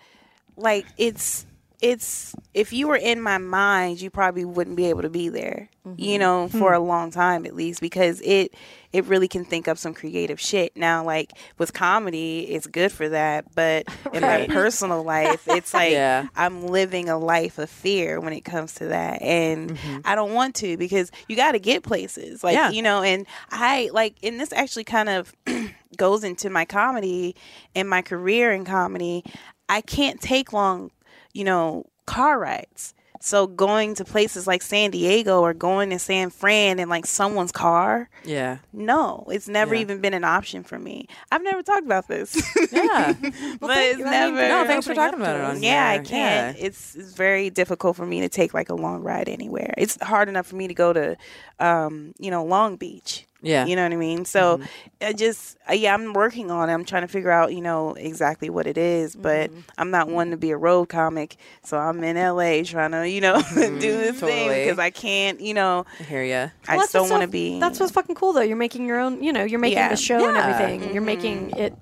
S6: like it's it's if you were in my mind you probably wouldn't be able to be there you
S4: Mm-hmm.
S6: know for a long time at least because it it really can think up some creative shit now like with comedy it's good for that but in my
S3: Right.
S6: personal life it's like
S3: Yeah.
S6: i'm living a life of fear when it comes to that and i don't want to because you got to get places like
S3: Mm-hmm. Yeah.
S6: you know and i like and this actually kind of goes into my comedy and my career in comedy, I can't take long, you know, car rides. So going to places like San Diego or going to San Fran in like someone's car,
S3: Yeah.
S6: no, it's never
S3: Yeah.
S6: even been an option for me. I've never talked about this,
S3: Yeah.
S6: but it's never.
S3: no, thanks for talking about it on
S6: yeah, I
S3: here.
S6: can't.
S3: Yeah.
S6: It's, it's very difficult for me to take like a long ride anywhere. It's hard enough for me to go to, um, you know, Long Beach.
S3: Yeah. Mm-hmm.
S6: You know what I mean? So I just, uh, yeah, I'm working on it. I'm trying to figure out, you know, exactly what it is, but
S3: Mm-hmm.
S6: I'm not one to be a road comic. So I'm in LA trying to, you know, do this thing
S3: Mm-hmm. totally.
S6: because I can't, you know,
S3: I hear you.
S6: I
S2: Well,
S6: just don't
S2: what's
S6: want to
S2: so-
S6: be.
S2: That's what's fucking cool though. You're making your own. You know, you're making
S6: Yeah. Mm-hmm.
S2: the show and
S3: Yeah.
S2: everything. You're making it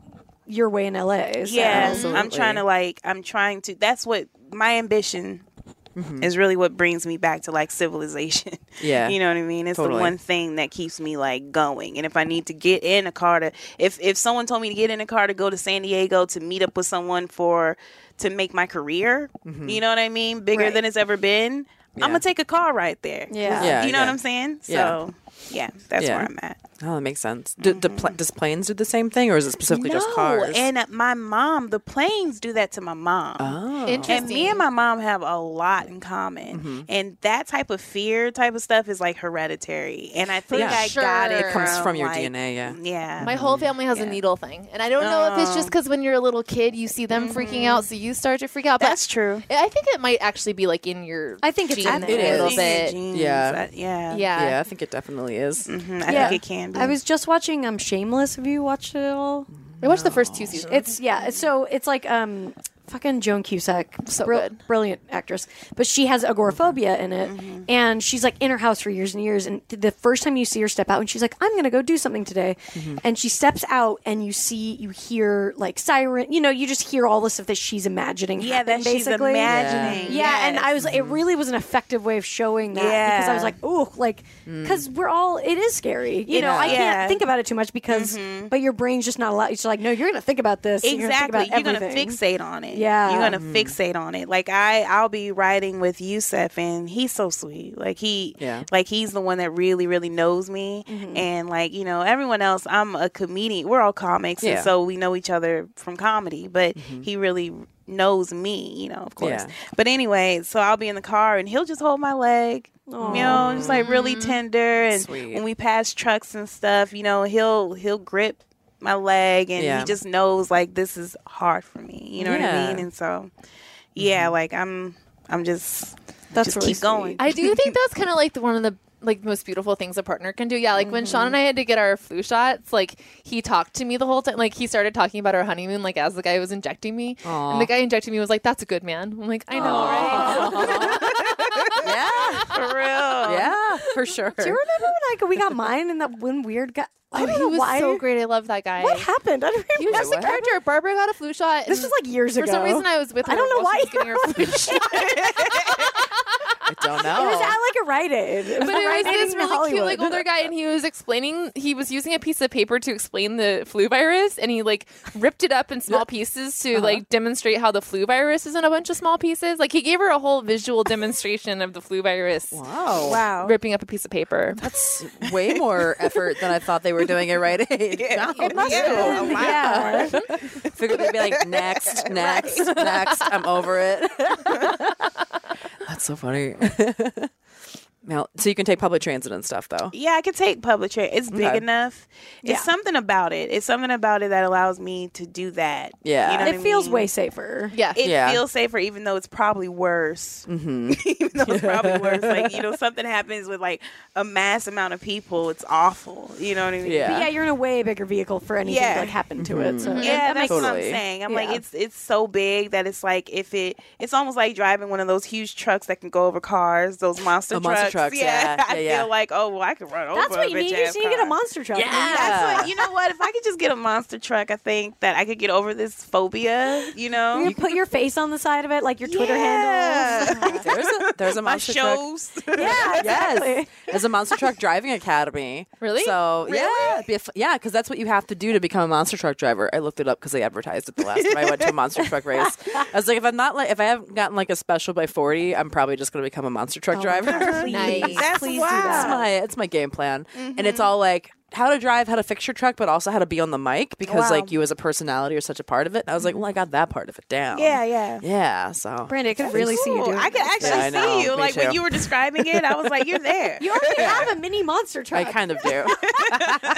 S2: your way in LA. So.
S6: Yeah, I'm
S3: Absolutely.
S6: trying to like I'm trying to that's what my ambition is really what brings me back to like civilization.
S3: Mm-hmm. Yeah.
S6: You know what I mean? It's
S3: Totally.
S6: the one thing that keeps me like going. And if I need to get in a car to if if someone told me to get in a car to go to San Diego to meet up with someone for to make my career, you know what I mean? Bigger
S2: Right.
S6: than it's ever been. I'm
S3: Mm-hmm. Yeah.
S6: gonna take a car right there.
S2: Yeah.
S3: Yeah,
S6: you know what
S3: yeah.
S6: I'm saying?
S3: Yeah.
S6: So yeah, that's
S3: Yeah.
S6: where I'm at.
S3: Oh, that makes sense. Do, do
S4: Mm-hmm.
S3: pla- does planes do the same thing, or is it specifically just
S6: No,
S3: cars?
S6: And my mom, the planes do that to my mom.
S3: oh,
S4: Interesting.
S6: And me and my mom have a lot in common. And that type of fear type of stuff is like hereditary. And I think
S3: Yeah.
S6: I got it.
S4: Sure. It
S3: comes from your
S6: like,
S3: DNA, yeah.
S6: Yeah.
S4: My whole family has a needle thing, and I don't know if it's
S2: Oh.
S4: just because when you're a little kid, you see them freaking out,
S2: Mm-hmm.
S4: so you start to freak out. But
S6: That's true.
S4: I think it might actually be like in your.
S2: I think it's
S4: genes
S2: in
S4: a
S2: there. It
S4: little
S2: is.
S4: bit.
S6: Genes.
S3: Yeah.
S6: I- yeah.
S4: Yeah.
S3: yeah, I think it definitely is.
S6: Mhm. I
S2: Yeah.
S6: think it can be.
S2: I was just watching um Shameless. Have you watched it at all?
S4: I watched the first two
S2: Oh.
S4: seasons.
S2: It's yeah. So it's like um fucking Joan Cusack,
S4: So good.
S2: brilliant actress, but she has agoraphobia in it,
S6: Mm-hmm.
S2: and she's like in her house for years and years. And th- the first time you see her step out, and she's like, "I'm gonna go do something today,"
S6: Mm-hmm.
S2: and she steps out, and you see, you hear like siren. You know, you just hear all the stuff that she's imagining.
S6: yeah,
S2: happen,
S6: that she's
S2: basically.
S6: imagining.
S2: Yeah, and
S6: Yes.
S2: I was. It really was an effective way of showing that because I was
S6: Yeah. Mm.
S2: like, "Ooh, like," because we're all. It is scary, you know.
S6: It's-
S2: I
S6: yeah.
S2: can't think about it too much because, but your brain's just not allowed. It's like, no, you're gonna think about this. and
S6: Exactly.
S2: You're
S6: You're
S2: gonna, think about
S6: gonna
S2: everything.
S6: fixate on it.
S2: Yeah.
S6: You're
S3: Mm-hmm.
S6: gonna fixate on it. Like I, I'll be riding with Yusef, and he's so sweet. Like he,
S3: Yeah.
S6: Like he's the one that really, really knows me,
S2: Mm-hmm.
S6: and like you know everyone else. I'm a comedian. We're all comics,
S3: Yeah. Mm-hmm.
S6: and so we know each other from comedy. But he really knows me, you know, of course.
S3: Yeah.
S6: But anyway, so I'll be in the car, and he'll just hold my leg. You know, just like really
S2: Mm-hmm.
S6: tender, and
S3: Sweet.
S6: when we pass trucks and stuff, you know, he'll he'll grip my leg, and
S3: Yeah.
S6: he just knows like this is hard for me. You know what
S3: Yeah. Mm-hmm.
S6: I mean? And so, yeah, like I'm, I'm just,
S2: That's
S6: just
S2: really
S6: keep going.
S4: I do think that's kind of like the, one of the like most beautiful things a partner can do. Yeah, like when
S2: Mm-hmm.
S4: Sean and I had to get our flu shots, like he talked to me the whole time. Like he started talking about our honeymoon, like as the guy was injecting me,
S3: Aw.
S4: and the guy injecting me was like, "That's a good man." I'm like, "I know, right?"
S3: yeah,
S6: For real.
S3: yeah, for sure.
S2: Do you remember when I got- we got mine and that one weird guy? I
S4: Oh,
S2: don't
S4: he
S2: know
S4: was
S2: why.
S4: so great. I love that guy.
S2: What happened? I don't
S4: He
S2: remember.
S4: was just a character. Barbara got a flu shot.
S2: This
S4: and
S2: was like years
S4: for
S2: ago.
S4: some reason I was with her.
S2: I don't know
S4: while
S2: why
S4: she was getting her flu shot.
S3: I don't
S2: It was at
S3: know.
S2: like a Rite Aid. It was
S4: But
S2: a
S4: it was
S2: Rite Aid
S4: this
S2: in
S4: really cute,
S2: Hollywood.
S4: like older guy, and he was explaining. He was using a piece of paper to explain the flu virus, and he like ripped it up in small pieces to like demonstrate how the flu virus is in a bunch of small pieces. Like he gave her a whole visual demonstration of the flu virus,
S3: Wow.
S6: Wow.
S4: ripping up a piece of paper.
S3: That's way more effort than I thought they were doing at Rite Aid. Yeah.
S2: It must
S6: Yeah.
S2: have
S6: Oh,
S2: been.
S6: wow.
S2: Yeah.
S3: Figured they'd be like, next, next, next. I'm over it. That's so funny. now, so you can take public transit and stuff, though.
S6: Yeah, I could take public transit. It's big
S3: Okay.
S6: enough. It's
S2: Yeah.
S6: something about it. It's something about it that allows me to do that.
S3: Yeah.
S6: You know what I
S2: It feels
S6: mean?
S2: way safer.
S4: Yeah,
S6: It
S3: Yeah.
S6: feels safer, even though it's probably worse. Mm-hmm. even though it's probably worse. Like you know, something happens with like a mass amount of people. It's awful. You know what I mean?
S3: Yeah.
S2: But yeah, you're in a way bigger vehicle for anything
S6: Yeah. Mm-hmm.
S2: to like happen to it. So
S6: Yeah, that's what I'm
S3: Totally.
S6: saying. I'm like,
S2: Yeah.
S6: it's it's so big that it's like if it, it's almost like driving one of those huge trucks that can go over cars, those monster
S3: Oh,
S6: trucks.
S3: monster trucks, yeah,
S6: I
S3: yeah, yeah.
S6: feel like, oh, well, I could run over.
S2: That's what you
S6: a
S2: need. You
S6: bitch-ass
S2: just need to get a
S6: car.
S2: monster truck.
S3: Yeah.
S6: That's what you know. What if I could just get a monster truck? I think that I could get over this phobia. You know,
S2: You put your face on the side of it, like your Twitter
S6: Yeah.
S2: handle.
S3: There's a, there's a
S6: my
S3: monster truck.
S6: shows.
S2: Yeah,
S3: Yes,
S2: exactly.
S3: there's a monster truck driving academy.
S4: Really?
S3: So yeah, it'd be a fu- yeah, because that's what you have to do to become a monster truck driver. I looked it up because they advertised it the last time I went to a monster truck race. I was like, if I'm not like, if I haven't gotten like a special by forty, I'm probably just gonna become a monster truck driver.
S2: Please,
S4: Nice.
S6: That's
S2: please
S6: wild.
S2: do
S3: That's
S2: that.
S3: my it's my game plan, and it's all like how to drive, how to fix your truck, but also how to be on the mic because
S6: Wow.
S3: like you as a personality are such a part of it. And I was like, well, I got that part of it down.
S6: Yeah, yeah.
S3: yeah. So
S2: Brandon, I could really see you
S6: Ooh,
S2: doing
S6: I could
S2: this.
S6: actually
S3: Yeah, I know.
S6: see you.
S3: Me
S6: Like when
S3: too.
S6: you were describing it, I was like, you're there.
S2: You already have a mini monster
S3: I
S2: truck.
S3: kind of do.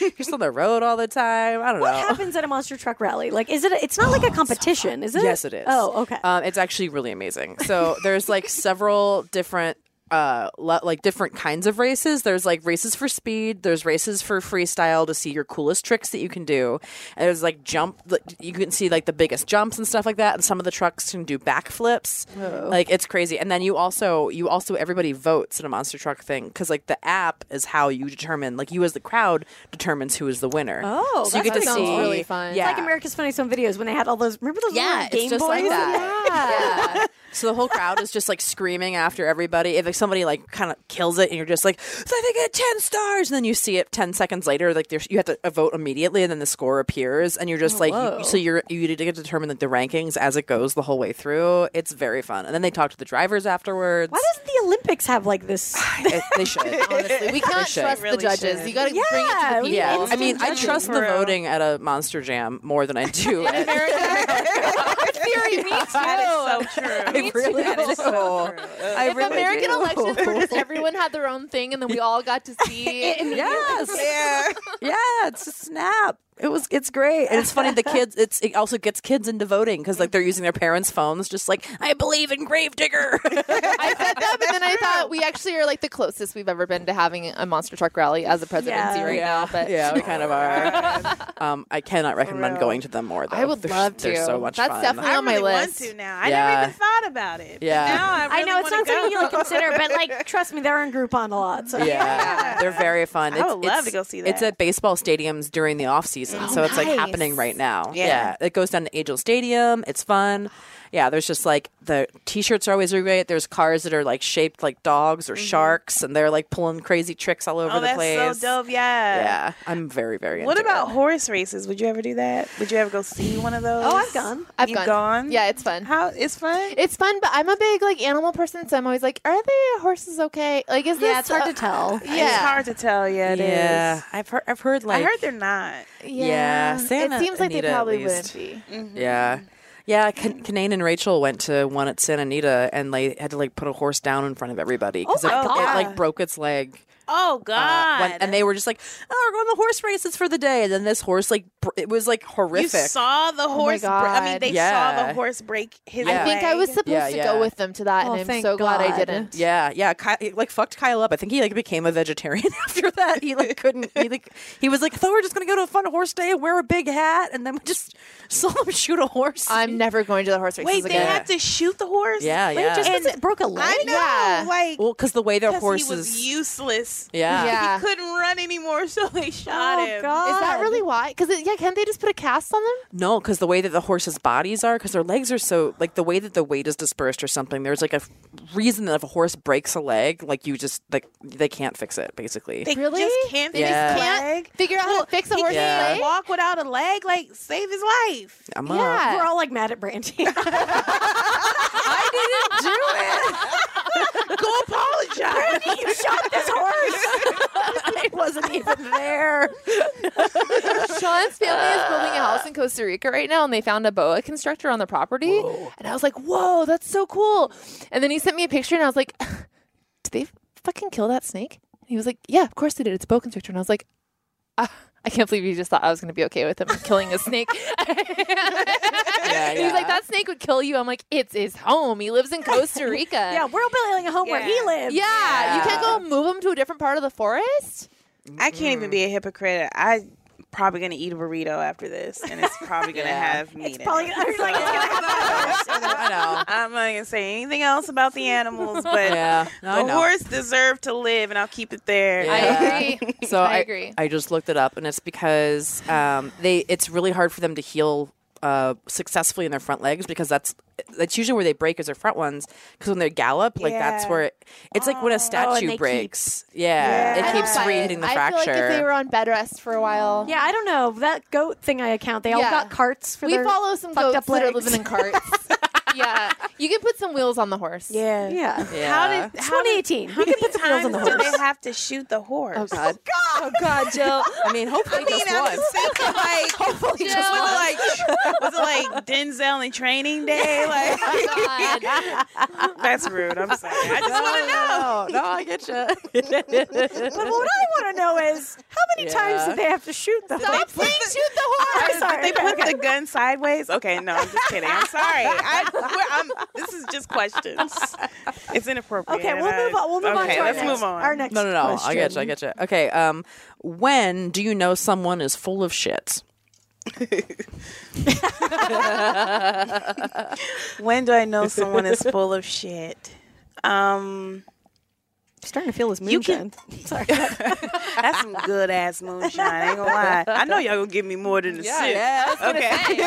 S3: You're just on the road all the time. I don't
S2: what
S3: know.
S2: happens at a monster truck rally? Like, is it? A, it's not like a competition, is it?
S3: Yes, it is.
S2: Oh, okay.
S3: Um, it's actually really amazing. So there's like several different. Uh, lo- like different kinds of races. There's like races for speed. There's races for freestyle to see your coolest tricks that you can do. And there's like jump. like, You can see like the biggest jumps and stuff like that. And some of the trucks can do backflips. Like it's crazy. And then you also you also everybody votes in a monster truck thing because like the app is how you determine like you as the crowd determines who is the winner.
S2: Oh,
S3: so you
S2: that
S3: get to
S2: sounds
S3: see
S4: really fun.
S3: Yeah,
S2: Like America's Funniest Home Videos when they had all those. Remember those
S3: Yeah,
S2: little
S3: it's
S2: Game
S3: just
S2: Boys?
S3: like
S2: Yeah.
S3: yeah. So the whole crowd is just like screaming after everybody. If like, somebody like kind of kills it, and you're just like, so they get ten stars, and then you see it ten seconds later, like there's you have to uh, vote immediately, and then the score appears, and you're just like, you, so you're you get to determine like, the rankings as it goes the whole way through. It's very fun, and then they talk to the drivers afterwards.
S2: Why doesn't the Olympics have like this?
S3: It- they should honestly.
S4: we can't
S3: should.
S4: trust the
S6: Really
S4: judges.
S6: should.
S4: You got to bring it to
S2: Yeah,
S4: the
S2: we
S4: people.
S3: Yeah, I mean, I
S6: judges.
S3: trust the
S6: For real.
S3: voting at a Monster Jam more than I do. at-
S4: Theory, me
S6: That
S4: too.
S6: is so true.
S3: I really do. I
S4: If
S3: really
S4: American
S3: do.
S4: elections were just everyone had their own thing, and then we all got to see.
S3: Yes.
S6: yeah.
S3: Yeah, it's a snap. It was. It's great, and it's funny. The kids. It's it also gets kids into voting because like they're using their parents' phones, just like I believe in Gravedigger.
S4: I said that, but then I thought we actually are like the closest we've ever been to having a monster truck rally as a presidency
S2: Yeah.
S4: right now. But
S3: yeah, we kind of are. Um, I cannot recommend going to them more. Though
S4: I would
S3: They're-
S4: love to.
S3: They're so much
S4: That's
S3: fun.
S4: definitely-
S6: I
S4: on my
S6: really
S4: list.
S6: want to now. I
S3: Yeah.
S6: never even thought about it. But
S3: Yeah.
S6: Now I, really
S2: I know it's
S6: wanna
S2: not something
S6: go.
S2: you'll consider, but like, trust me, they're in Groupon a lot. So
S3: yeah. they're very fun.
S6: I would love to go see
S3: It's
S6: that. Oh,
S3: at baseball stadiums during the off season, so it's like
S4: nice.
S3: happening right now.
S6: Yeah.
S3: it goes down to Angel Stadium. It's fun. Yeah, there's just like the t-shirts are always great. There's cars that are like shaped like dogs or sharks, and they're like pulling crazy tricks all over
S6: Mm-hmm. Oh,
S3: the
S6: that's
S3: place.
S6: so dope. Yeah.
S3: Yeah, I'm very very.
S6: What
S3: into
S6: about
S3: it.
S6: horse races? Would you ever do that? Would you ever go see one of those?
S2: Oh, I've gone.
S4: I've
S6: You've
S4: gone.
S6: gone?
S4: Yeah, it's fun.
S6: How it's fun.
S4: It's fun, but I'm a big like animal person, so I'm always like, are the horses okay? Like, is
S2: Yeah, it's
S4: this
S2: hard to tell.
S6: It's
S4: Yeah,
S6: hard to tell. Yeah, it is.
S3: yeah, I've heard. I've heard like.
S6: I heard they're not.
S4: yeah.
S3: Yeah, Mm-hmm. Santa
S4: it seems like
S3: Anita,
S4: they
S3: at
S4: probably wouldn't
S3: least.
S4: be.
S3: Yeah. Yeah, Can- Kanane and Rachel went to one at Santa Anita, and they had to like put a horse down in front of everybody because
S2: Oh
S3: it,
S2: my
S3: it
S2: God.
S3: like broke its leg.
S6: Oh
S3: Uh,
S6: God!
S3: when- and they were just like, "Oh, we're going to horse races for the day." And then this horse, like, br- it was like
S6: you
S3: horrific.
S6: saw the horse. br- I mean,
S4: God.
S6: they saw
S3: Yeah.
S6: the horse break his.
S3: Yeah.
S4: I think I was supposed
S3: Yeah,
S4: to
S3: yeah.
S4: go with them to that,
S2: Oh,
S4: and I'm
S2: thank
S4: so glad
S2: God.
S4: I didn't.
S3: yeah, yeah. Ky- it, like fucked Kyle up. I think he like became a vegetarian after that. He like couldn't. He like he was like, "I thought we were just gonna go to a fun horse day and wear a big hat," and then we just saw him shoot a horse.
S4: I'm never going to the horse races
S6: Wait, they
S4: again.
S6: had to shoot the horse.
S3: yeah,
S2: Wait,
S3: yeah.
S2: just 'cause it broke a leg.
S6: I know.
S4: Yeah.
S6: Like
S3: well, because the way their
S6: 'cause
S3: horses,
S6: he was useless.
S3: yeah,
S4: Yeah.
S6: He couldn't run anymore, so they shot
S2: Oh,
S6: him.
S2: God.
S4: Is that really why? Because yeah, can't they just put a cast on them?
S3: No, because the way that the horses' bodies are, because their legs are so like the way that the weight is dispersed or something. There's like a f- reason that if a horse breaks a leg, like you just like they can't fix it basically.
S6: They
S4: Really?
S6: just can't
S4: They
S6: fix
S3: just
S6: his
S4: can't
S6: leg.
S4: figure out how to fix a
S6: Uh, he
S4: horse's
S6: can't
S4: leg?
S6: Walk without a leg, like save his life.
S3: I'm up.
S4: Yeah.
S2: We're all like mad at Brandy.
S6: Go apologize.
S2: you shot this horse. it wasn't even there.
S4: Sean's family is building a house in Costa Rica right now, and they found a boa constructor on the property. And I was like, "Whoa, that's so cool!" And then he sent me a picture, and I was like, "Did they fucking kill that snake?" And he was like, "Yeah, of course they did. It's a boa constrictor." And I was like, ah, "I can't believe you just thought I was going to be okay with him killing a snake." And He's like,
S3: yeah.
S4: "That snake would kill you." I'm like, "It's his home. He lives in Costa Rica."
S2: Yeah, we're building a home where he
S6: Yeah.
S2: lives.
S4: Yeah, you can't go move him to a different part of the forest.
S6: I can't even be a hypocrite. I probably gonna eat a burrito after this, and it's probably gonna have meat. in
S2: Probably,
S6: it.
S2: I was like, it's gonna happen.
S3: I know.
S6: I'm not gonna say anything else about the animals, but
S3: Yeah, no, I
S6: the
S3: know.
S6: horse deserved to live, and I'll keep it there.
S3: I Yeah.
S4: agree.
S3: So
S4: I agree.
S3: I just looked it up, and it's because um, they it's really hard for them to heal uh, successfully in their front legs because that's that's usually where they break is their front ones because when they gallop like that's
S6: Yeah.
S3: where it, it's like when a statue
S2: they keep-
S3: breaks yeah, it
S6: Yeah.
S4: I
S3: keeps
S4: don't buy it.
S3: re-hitting the
S4: I feel
S3: fracture
S4: like if they were on bed rest for a while,
S2: Yeah, I don't know that goat thing. I account. They all
S4: Yeah.
S2: got carts for
S4: we
S2: their
S4: follow some
S2: fucked
S4: goats
S2: up
S4: that are
S2: legs.
S4: living in carts. yeah, you can put some wheels on the horse.
S6: yeah.
S2: Yeah.
S6: How
S3: Yeah.
S6: did how did-
S2: 2018.
S6: How
S2: We
S6: many
S2: can put some wheels
S6: times
S2: on the
S6: do
S2: horse.
S6: they have to shoot the horse?
S4: Oh God.
S3: Oh God, Jill. I mean, hopefully
S6: I mean,
S3: just
S6: I'm
S3: one.
S6: just thinking, like,
S4: Jill.
S6: was it like, was it like Denzel in Training Day? Like,
S4: God.
S6: that's rude. I'm sorry. I just want to know.
S3: No, no, I get you.
S2: But what I want to know is how many times
S3: Yeah.
S2: did they have to shoot them?
S4: Stop saying shoot the horse.
S2: I'm sorry.
S6: Did they put the gun sideways? Okay, no, I'm just kidding. I'm sorry. I, we're, I'm, this is just questions. It's inappropriate.
S2: Okay,
S6: and I-
S2: we'll move on. We'll move on
S6: okay,
S2: to our
S6: let's
S2: next.
S6: move on.
S2: Our next.
S3: No, no, no. I get you.
S2: question.
S3: I get you. Okay. Um, when do you know someone is full of shit?
S6: When do I know someone is full of shit? Um,
S2: I'm starting to feel this
S6: You can-
S2: moonshine. Sorry.
S6: that's some good ass moonshine. I ain't gonna lie. I know y'all gonna give me more than a sip. Okay.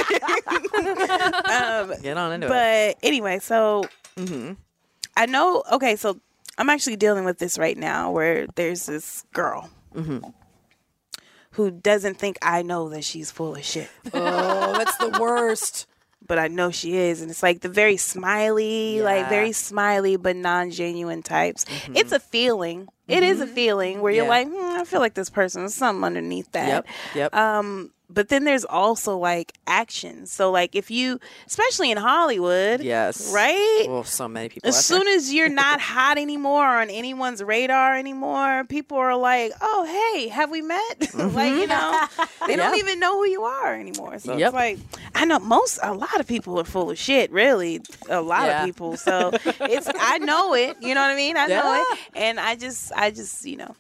S6: um,
S3: Get on into it.
S6: but anyway, so
S3: Mm-hmm.
S6: I know. Okay, so I'm actually dealing with this right now, where there's this girl
S3: Mm-hmm.
S6: who doesn't think I know that she's full of shit,
S3: Oh, that's the worst.
S6: but I know she is, and it's like the very smiley, like
S3: Yeah. Mm-hmm.
S6: very smiley but non genuine types. It's a feeling. It is a feeling where you're
S3: Yeah.
S6: like, hmm, I feel like this person. There's something underneath that.
S3: Yep. Yep.
S6: Um, but then there's also like actions. So like if you, especially in Hollywood,
S3: yes.
S6: right?
S3: Oh, so many people.
S6: as soon as you're not hot anymore or on anyone's radar anymore, people are like, "Oh, hey, have we met?" like you know, they
S3: Mm-hmm.
S6: don't
S3: Yeah.
S6: even know who you are anymore. So
S3: Yep.
S6: it's like, I know most, a lot of people are full of shit. Really, a lot
S3: Yeah.
S6: of people. So it's, I know it. You know what I mean? I know it, and I just, I just, you know,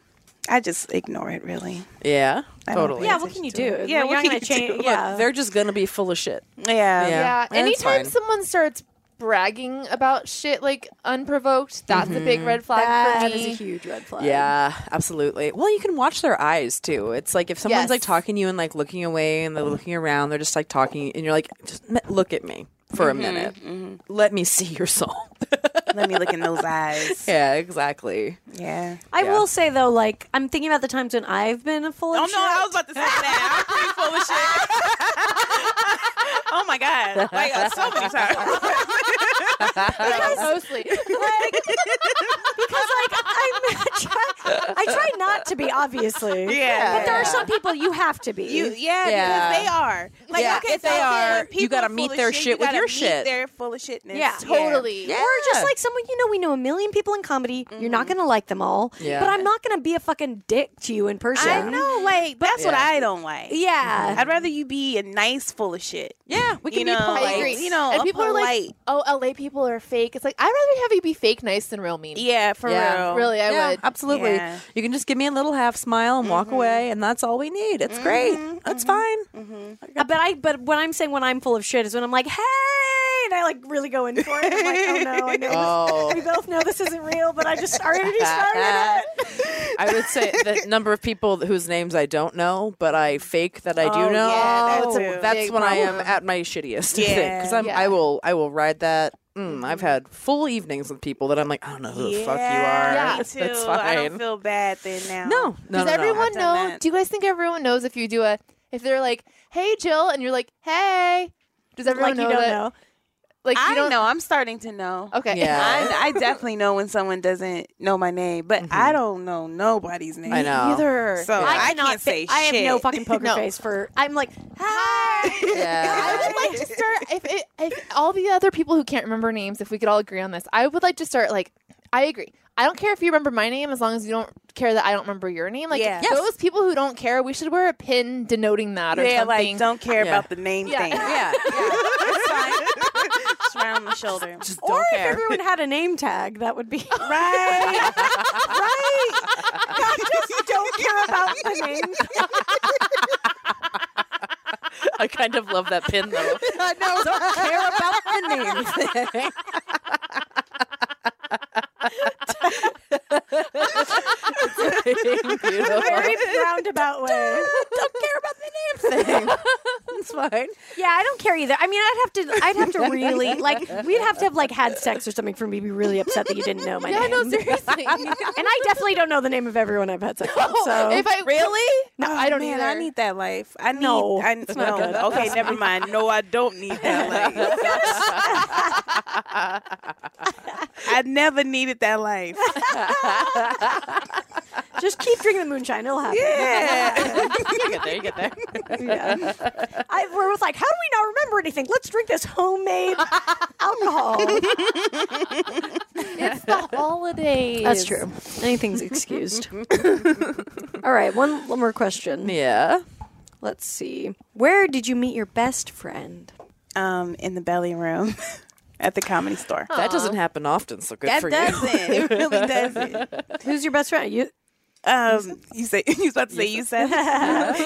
S6: I just ignore it. Really,
S3: yeah.
S6: I don't
S3: Totally.
S6: pay
S2: yeah. What can you do?
S6: Yeah,
S2: Like,
S6: what
S2: you're not
S6: can
S2: gonna
S6: you do?
S2: change.
S6: Look,
S2: Yeah.
S3: They're just gonna be full of shit.
S6: yeah,
S3: Yeah.
S4: Yeah.
S3: That's
S4: Anytime
S3: fine.
S4: someone starts bragging about shit like unprovoked, that's a big red flag
S2: that
S4: for
S2: is
S4: me.
S2: a huge red flag.
S3: Yeah, absolutely. Well, you can watch their eyes too. It's like if someone's
S4: Yes.
S3: like talking to you and like looking away and they're looking around, they're just like talking, and you're like, just m- look at me for a minute. Let me see your soul.
S6: Let me look in those eyes.
S3: yeah, exactly.
S6: Yeah.
S2: I
S3: Yeah.
S2: will say though, like I'm thinking about the times when I've been a full.
S6: Oh
S2: of shit.
S6: no, I was about to say that. I'm pretty full of shit. oh my god, like uh, so many times.
S4: Mostly.
S2: because like I'm, I try, I try not got to be, obviously.
S6: Yeah.
S2: But there are some people you have to be.
S6: You, yeah,
S3: Yeah.
S6: because they are. Like,
S3: Yeah,
S6: okay,
S3: if they
S6: so
S3: are,
S6: people
S3: you gotta
S6: are full
S3: meet
S6: of
S3: their
S6: shit,
S3: shit
S6: you
S3: with
S6: gotta
S3: your
S6: meet
S3: shit.
S6: Their full of shitness.
S2: Yeah.
S4: Totally.
S3: Yeah.
S2: Or just like someone you know, we know a million people in comedy. You're not
S6: Mm-hmm.
S2: gonna like them all,
S3: Yeah.
S2: but I'm not gonna be a fucking dick to you in person.
S6: I know, like that's what I don't like.
S2: Yeah.
S6: I'd rather you be a nice full of shit.
S3: Yeah, we can
S6: You
S3: be
S6: know,
S3: polite.
S4: I agree.
S6: Like, you know,
S4: and
S6: a
S4: people
S6: polite-
S4: are like, "Oh, LA people are fake." It's like I'd rather have you be fake nice than real mean.
S6: Yeah, for
S3: Yeah.
S6: real.
S4: Really, I
S3: yeah,
S4: would.
S3: absolutely.
S6: Yeah.
S3: You can just give me a little half smile and walk away, and that's all we need. It's great. That's fine.
S2: Uh, But I but when I'm saying when I'm full of shit is when I'm like, hey, and I like really go in for it. I'm like, oh no, I know.
S3: Oh.
S2: This, we both know this isn't real, but I just I already started it.
S3: I would say the number of people whose names I don't know, but I fake that I do
S6: Oh,
S3: know.
S6: yeah, that too.
S3: that's
S4: Big
S3: when I am
S4: problem.
S3: at my shittiest.
S6: Yeah.
S3: because I'm
S4: Yeah.
S3: I will I will ride that. Mm, I've had full evenings with people that I'm like I don't know who the fuck you are.
S4: Yeah.
S6: Me
S3: It's
S6: too. I don't
S3: fine.
S6: feel bad then now.
S3: no, no, no,
S4: Does
S3: no.
S4: everyone
S6: I've done
S4: know?
S6: that.
S4: Do you guys think everyone knows if you do a if they're like, "Hey, Jill," and you're like, "Hey," does everyone
S2: Like
S4: know
S2: you don't
S4: that?
S2: know.
S4: Like
S6: I
S4: you don't
S6: know. I'm starting to know.
S4: Okay.
S3: Yeah. Mm-hmm.
S6: I, I definitely know when someone doesn't know my name, but I don't know nobody's name.
S3: I know.
S4: Either.
S6: So I,
S2: cannot
S6: can't
S2: fa-
S6: say
S2: I
S6: shit.
S2: have no fucking poker
S4: No.
S2: face for. I'm like, hi.
S3: Yeah.
S4: I would like to start if, it, if all the other people who can't remember names, if we could all agree on this, I would like to start like I agree. I don't care if you remember my name as long as you don't care that I don't remember your name. Like
S6: Yeah.
S4: those people who don't care, we should wear a pin denoting that or
S6: Yeah,
S4: something.
S6: like don't care
S3: Yeah.
S6: about the name
S4: Yeah.
S6: thing.
S3: yeah,
S6: It's fine. It's around the shoulder.
S3: just
S2: Or
S3: don't
S2: if
S3: care.
S2: everyone had a name tag, that would be.
S6: Right. right.
S2: just don't care about the name.
S3: I kind of love that pin though.
S6: I know.
S3: don't care about the name. It's beautiful.
S2: Very roundabout way.
S3: don't care about the name thing. That's fine.
S2: Yeah, I don't care either. I mean, I'd have to. I'd have to really like. We'd have to have like had sex or something for me to be really upset that you didn't know my
S4: yeah,
S2: name.
S4: no, seriously.
S2: and I definitely don't know the name of everyone I've had sex with. So
S4: if I
S6: Really?
S4: No, I don't
S6: Oh, man,
S4: either.
S6: I need that life. I need.
S2: No.
S6: I, no.
S2: good.
S6: Okay, never mind. No, I don't need that life. I never needed that life.
S2: just keep drinking the moonshine, it'll happen.
S6: Yeah.
S3: You get there. You get there.
S2: Yeah. I we was like, how do we not remember anything? Let's drink this homemade alcohol.
S4: it's the holidays.
S2: That's true. Anything's excused. All right, one, one more question.
S3: Yeah.
S2: Let's see. Where did you meet your best friend?
S6: um, in the belly room at the comedy store.
S3: That doesn't happen often, so good
S6: Oh, That
S3: for
S6: doesn't. It really doesn't.
S2: Who's your best friend? You
S6: Um, you say you was about to say you said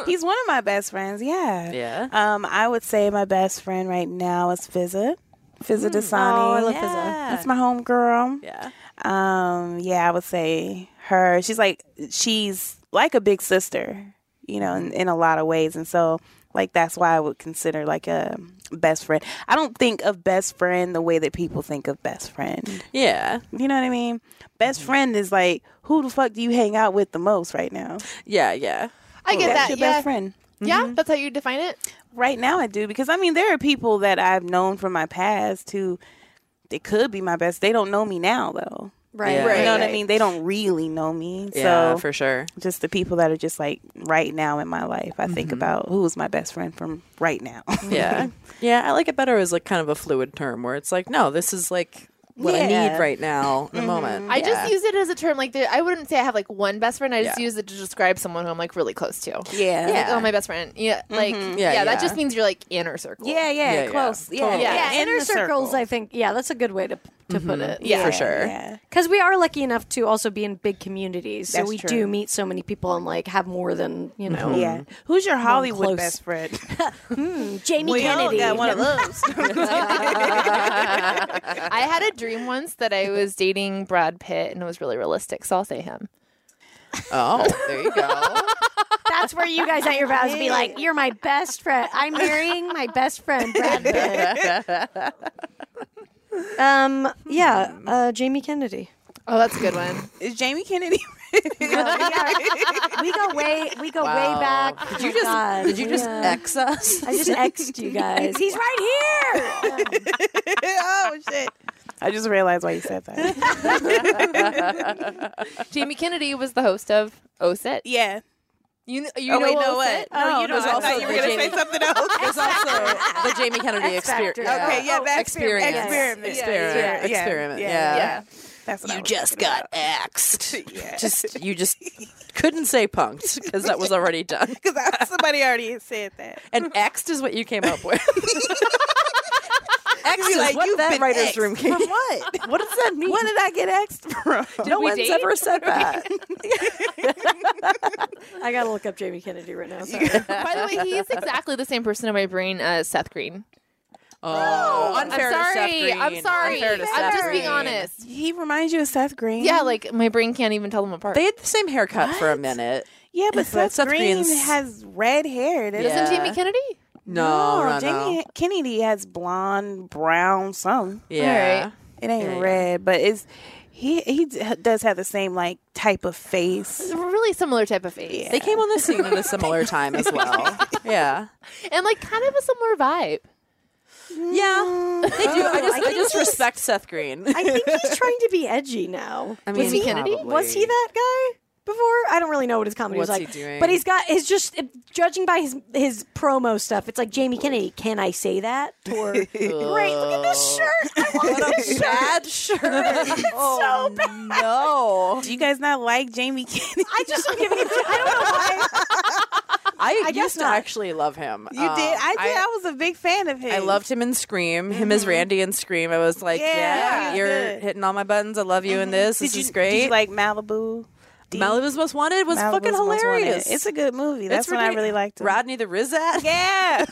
S6: he's one of my best friends. Yeah.
S3: you. Yeah.
S6: Um, I would say my best friend right now is Fizza. Fizza Dasani.
S2: I love
S6: yeah.
S2: Fizza.
S6: That's my home girl.
S3: Yeah.
S6: Um, yeah, I would say her. She's like she's like a big sister, you know, in, in a lot of ways, and so like that's why I would consider like a best friend. I don't think of best friend the way that people think of best friend.
S3: Yeah.
S6: You know what I mean? Best friend is like who the fuck do you hang out with the most right now?
S3: Yeah. Yeah.
S4: I get
S6: That's
S4: that.
S6: your
S4: yeah.
S6: best friend. Mm-hmm.
S4: Yeah, that's how you define it.
S6: Right now, I do because I mean there are people that I've known from my past who they could be my best. They don't know me now though.
S2: Right.
S3: Yeah.
S6: You know what I
S4: Right.
S6: mean? They don't really know me.
S3: Yeah.
S6: so
S3: for sure.
S6: just the people that are just like right now in my life. I
S3: Mm-hmm.
S6: think about who's my best friend from right now.
S3: Yeah. yeah. I like it better as like kind of a fluid term where it's like, no, this is like what I
S6: Yeah.
S3: need right now in the moment.
S4: I just
S3: Yeah.
S4: use it as a term. Like the, I wouldn't say I have like one best friend. I just
S3: Yeah.
S4: use it to describe someone who I'm like really close to.
S6: yeah. Mm-hmm.
S4: Like, oh, my best friend. Yeah, like
S3: Yeah,
S4: yeah,
S3: yeah.
S4: that just means you're like inner circle.
S6: Yeah, yeah,
S3: Yeah, yeah.
S6: close. Yeah,
S3: Totally.
S4: Yeah,
S2: Yeah,
S6: in
S2: inner
S6: the
S2: circles,
S6: circle. Mm-hmm.
S2: I think. Yeah, that's a good way to to put it.
S4: Yeah.
S3: for sure.
S6: Yeah.
S2: Because we are lucky enough to also be in big communities, so
S6: That's
S2: we
S6: true. Mm-hmm.
S2: do meet so many people and like have more than you
S3: Mm-hmm.
S2: know.
S6: Yeah. Who's your
S2: close.
S6: Hollywood best friend?
S2: Jamie
S6: We all
S2: Kennedy.
S6: got one of those.
S4: I had a dream once that I was dating Brad Pitt and it was really realistic, so I'll say him.
S3: Oh, there you go.
S2: That's where you guys at your vows be like, "You're my best friend. I'm marrying my best friend, Brad Pitt." um. Yeah.
S6: Hmm.
S2: Uh, Jamie Kennedy.
S4: Oh, that's a good one.
S6: Is Jamie Kennedy?
S2: We go way. We go
S3: Wow.
S2: way back. Oh Did
S3: you just did you just X us?
S2: I just exed you guys. He's right here.
S6: oh shit! I just realized why you said that.
S4: Jamie Kennedy was the host of Oh, sit.
S6: Yeah.
S4: You, kn- you
S6: Oh,
S4: know,
S6: wait,
S4: oh,
S6: no,
S4: sit?
S6: what? No, you don't.
S3: there's
S6: I
S3: also
S6: thought you were
S3: the
S6: going to say
S3: Jamie-
S6: something else.
S3: There's also the Jamie Kennedy
S2: X Factor.
S3: experience.
S6: Okay, yeah,
S2: Oh,
S6: that
S3: experience.
S6: Experiment.
S3: Experiment.
S6: Yeah, yeah,
S3: Experiment,
S6: Yeah.
S3: yeah.
S4: Yeah.
S6: That's what I
S3: You
S6: was
S3: just
S6: thinking
S3: got
S6: about.
S3: axed.
S6: Yeah.
S3: Just you just couldn't say punked because that was already done.
S6: Because somebody already had said that.
S3: And axed is what you came up with. X
S6: You're
S3: is
S6: like,
S3: what
S6: "You've
S3: that
S6: been
S3: writer's
S6: X'd
S3: room came.
S6: From what?
S3: What does that mean?
S6: What did I get axed from?
S3: no
S4: we
S3: one's
S4: date?
S3: ever said that.
S2: I gotta look up Jamie Kennedy right now. Sorry.
S4: By the way, he's exactly the same person in my brain as Seth Green.
S3: oh, unfair to
S4: I'm
S3: Seth
S4: sorry. I'm
S3: Green.
S4: sorry.
S3: Unfair to
S4: I'm
S3: Seth
S4: just being
S3: Green.
S4: honest.
S6: He reminds you of Seth Green.
S4: Yeah, like my brain can't even tell them apart.
S3: They had the same haircut for a minute.
S6: yeah, but
S3: Seth
S6: Seth, Green
S3: Green's-
S6: has red hair. That
S3: Yeah.
S6: doesn't-
S4: Isn't Jamie Kennedy?
S3: No, no,
S6: Jamie
S3: no.
S6: Kennedy has blonde, brown, some.
S3: Yeah.
S4: Alright.
S6: It ain't
S3: Yeah, yeah.
S6: red, but it's he. He d- does have the same like type of face.
S4: It's a really similar type of face.
S6: Yeah.
S3: They came on the scene at a similar time as well. Yeah.
S4: And like kind of a similar vibe.
S3: Yeah. They do. I just, I just respect Seth Green.
S2: I think he's trying to be edgy now.
S3: I mean,
S4: Was he Kennedy?
S3: probably.
S2: Was he that guy before? I don't really know what his comedy was
S3: What's
S2: like.
S3: he doing?
S2: But he's got his just judging by his his promo stuff. It's like Jamie Kennedy. Can I say that? Or great. Look at this shirt. I want this shirt.
S3: Bad shirt.
S2: so bad.
S3: Oh, no.
S6: Do you guys not like Jamie Kennedy?
S2: I just don't give any. I don't know why.
S3: I,
S2: guess
S3: used to
S2: not.
S3: actually love him. Um,
S6: you did. I did. I, was a big fan of him.
S3: I loved him in Scream. Him as Randy in Scream. I was like, yeah,
S6: Yeah,
S3: you're
S6: good.
S3: hitting all my buttons. I love you in this.
S6: Did
S3: this
S6: you,
S3: is
S6: Did
S3: great.
S6: you like Malibu? D?
S3: Malibu's Most Wanted was
S6: Malibu's
S3: fucking
S6: Most Wanted.
S3: hilarious.
S6: It's a good movie. That's
S3: It's
S6: when
S3: ridic-
S6: I really liked it.
S3: Rodney the Rizat.
S6: Yeah.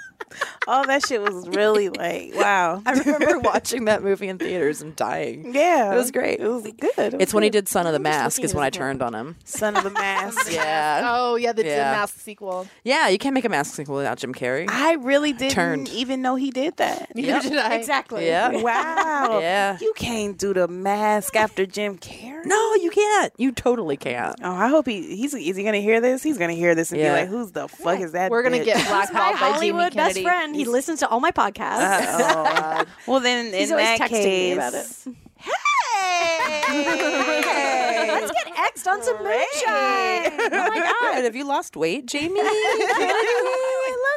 S6: oh, that shit was really like wow.
S3: I remember watching that movie in theaters and dying.
S6: Yeah,
S3: It was great.
S6: It was good. It was
S3: It's when he
S6: good.
S3: did Son of the Mask
S2: looking
S3: is when
S2: at
S3: I
S2: his
S3: turned on him.
S6: Son of the Mask.
S3: Yeah.
S4: Oh yeah, the, the
S3: Yeah.
S4: mask sequel.
S6: Oh.
S3: Yeah, you can't make a mask sequel without Jim Carrey.
S6: I really didn't
S3: Turned.
S6: even know he did that.
S4: Neither did I.
S2: Exactly.
S3: Yeah.
S6: Wow.
S3: Yeah.
S6: You can't do the mask after Jim Carrey.
S3: No, you can't. You totally can't.
S6: Oh, I hope he he's is he gonna hear this? He's gonna hear this and
S3: Yeah.
S6: be like, "Who's the fuck is that?"
S4: We're gonna
S6: bitch?
S4: get
S2: My
S4: blackballed by Jamie
S2: Hollywood best
S4: Kennedy.
S2: friend. He listens to all my podcasts.
S6: Uh-oh. well, then
S2: He's
S6: in
S2: always
S6: that
S2: texting me
S6: case,
S2: about it.
S6: Hey!
S2: Let's get X'd on some moonshine.
S3: Oh my god, have you lost weight, Jamie? it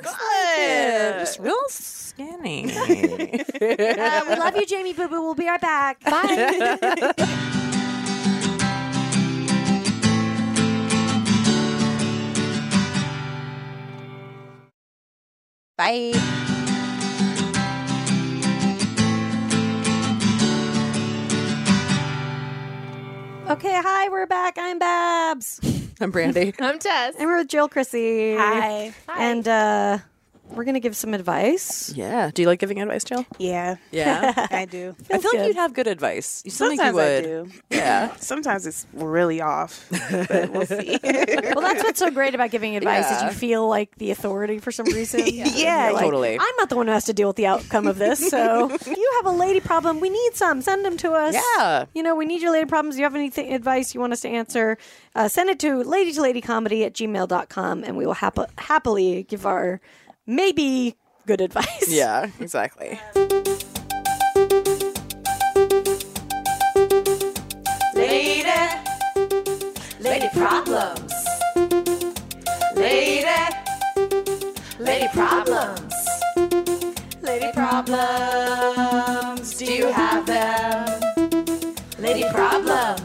S3: looks like it. Just real skinny.
S2: Uh, we love you, Jamie Boo Boo. We'll be right back. Bye.
S3: Bye.
S2: okay, hi, we're back. I'm Babs.
S3: I'm Brandy.
S4: I'm Tess.
S2: And we're with Jill Chrissy.
S6: Hi.
S2: And uh, we're going to give some advice.
S3: Yeah. Do you like giving advice, Jill?
S6: Yeah,
S3: Yeah.
S6: I do.
S3: I feel
S2: good.
S3: like you'd have good advice. You still
S6: Sometimes I
S3: think you would.
S6: do.
S3: Yeah.
S6: Sometimes it's really off. But we'll see.
S2: Well, that's what's so great about giving advice
S3: Yeah.
S2: is you feel like the authority for some reason. yeah,
S6: Yeah,
S3: totally.
S2: I'm not the one who has to deal with the outcome of this. So you have a lady problem. We need some. Send them to us.
S3: Yeah.
S2: You know, we need your lady problems. You have any th- advice you want us to answer? Uh, send it to lady to lady comedy at gmail.com and we will hap- happily give our maybe good advice.
S3: Yeah, exactly.
S2: Lady, lady problems. Lady, lady problems. Lady problems. Do you have them? Lady problems.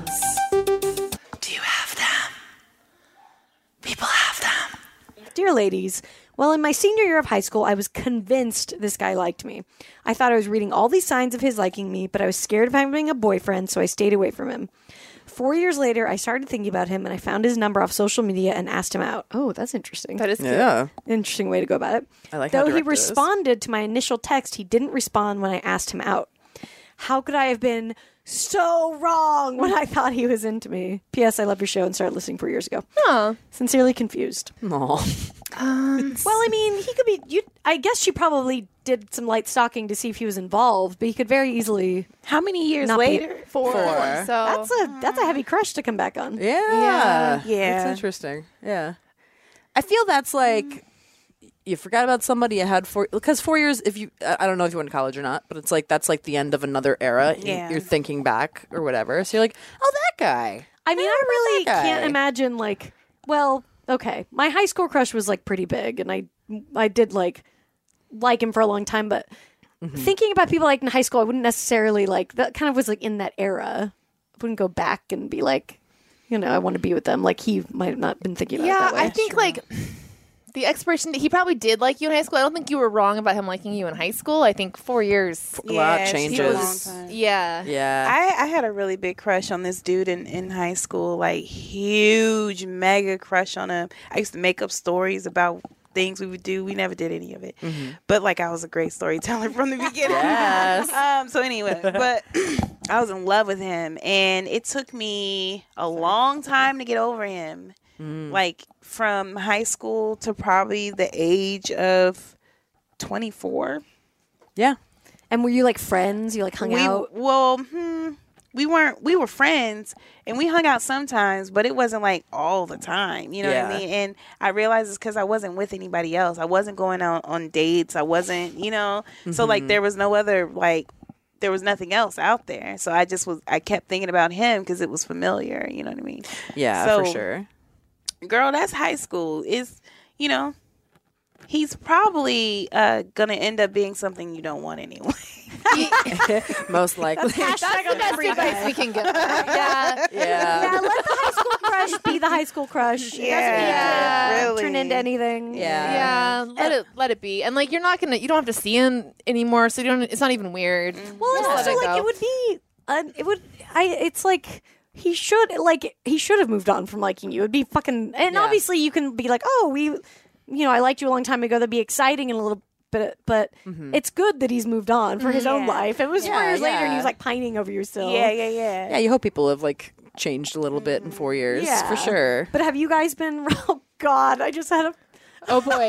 S3: Do you have them? People have them.
S2: Dear ladies, well, in my senior year of high school, I was convinced this guy liked me. I thought I was reading all these signs of his liking me, but I was scared of having a boyfriend, so I stayed away from him. Four years later, I started thinking about him and I found his number off social media and asked him out. Oh, that's interesting.
S4: That is cute.
S3: Yeah.
S2: Interesting way to go about it.
S3: I like how
S2: Though he
S3: direct it is.
S2: responded to my initial text, he didn't respond when I asked him out. How could I have been so wrong when I thought he was into me? P.S. I love your show and started listening four years ago.
S4: Aw.
S2: Sincerely confused.
S3: Aw.
S2: Well, I mean, he could be. You, I guess she probably did some light stalking to see if he was involved, but he could very easily.
S6: How many years
S2: Not be-
S6: later?
S4: Four.
S3: Four.
S4: So
S2: That's a that's a heavy crush to come back on.
S3: Yeah.
S6: Yeah.
S3: That's interesting. Yeah. I feel that's like you forgot about somebody you had four because four years if you I I don't know if you went to college or not but it's like that's like the end of another era You-
S6: Yeah.
S3: you're thinking back or whatever so you're like oh that guy
S2: I mean, I
S3: remember
S2: really
S3: that guy.
S2: can't imagine like. Well, okay, my high school crush was like pretty big, and I I did like like him for a long time, but
S3: Mm-hmm.
S2: thinking about people like in high school, I wouldn't necessarily like that. Kind of was like in that era. I wouldn't go back and be like, you know, I want to be with them. Like he might have not been thinking about it
S4: Yeah,
S2: that way.
S4: I think like the expiration. He probably did like you in high school. I don't think you were wrong about him liking you in high school. I think four years.
S3: a lot
S6: Yeah, she
S3: changes
S6: was- Long time.
S4: Yeah.
S3: yeah
S6: I, I had a really big crush on this dude in, in high school, like huge mega crush on him. I used to make up stories about things we would do. We never did any of it. But like I was a great storyteller from the beginning.
S3: Mm-hmm. Yes.
S6: Um so anyway, but I was in love with him and it took me a long time to get over him.
S3: Mm.
S6: Like from high school to probably the age of 24.
S3: yeah
S2: and were you like friends? You like hung
S6: we,
S2: out?
S6: Well, hmm, we weren't. We were friends, and we hung out sometimes, but it wasn't like all the time. You know what
S3: Yeah.
S6: I mean? And I realized it's because I wasn't with anybody else. I wasn't going out on dates. I wasn't, you know. So
S3: Mm-hmm.
S6: like, there was no other like. There was nothing else out there, so I just was. I kept thinking about him because it was familiar. You know what I mean?
S3: yeah for
S6: So-
S3: sure
S6: girl that's high school is you know he's probably uh gonna end up being something you don't want anyway
S3: most likely
S4: That's the best advice we can give. her. Yeah.
S3: yeah
S2: yeah, let the high school crush be the high school crush. It doesn't
S6: Yeah,
S2: need to
S6: really.
S2: turn into anything.
S3: Yeah.
S4: Yeah, let it let it be, and like you're not gonna, you don't have to see him anymore, so you don't. It's not even weird.
S2: Well, and
S4: Just let
S2: also
S4: it
S2: like
S4: go.
S2: it would be, an, it would. I. It's like he should like he should have moved on from liking you. It'd be fucking. And
S3: Yeah.
S2: obviously, you can be like, oh, we, you know, I liked you a long time ago. That'd be exciting and a little. bit, but it's good that he's moved on for his own
S6: Yeah.
S2: life. It was four
S3: Mm-hmm. Yeah,
S2: years later, and
S3: yeah.
S2: he was like pining over you still.
S6: yeah yeah yeah
S3: yeah you hope people have like changed a little bit in four years
S2: Yeah.
S3: for sure
S2: But have you guys been? Oh God, I just had a
S4: Oh boy,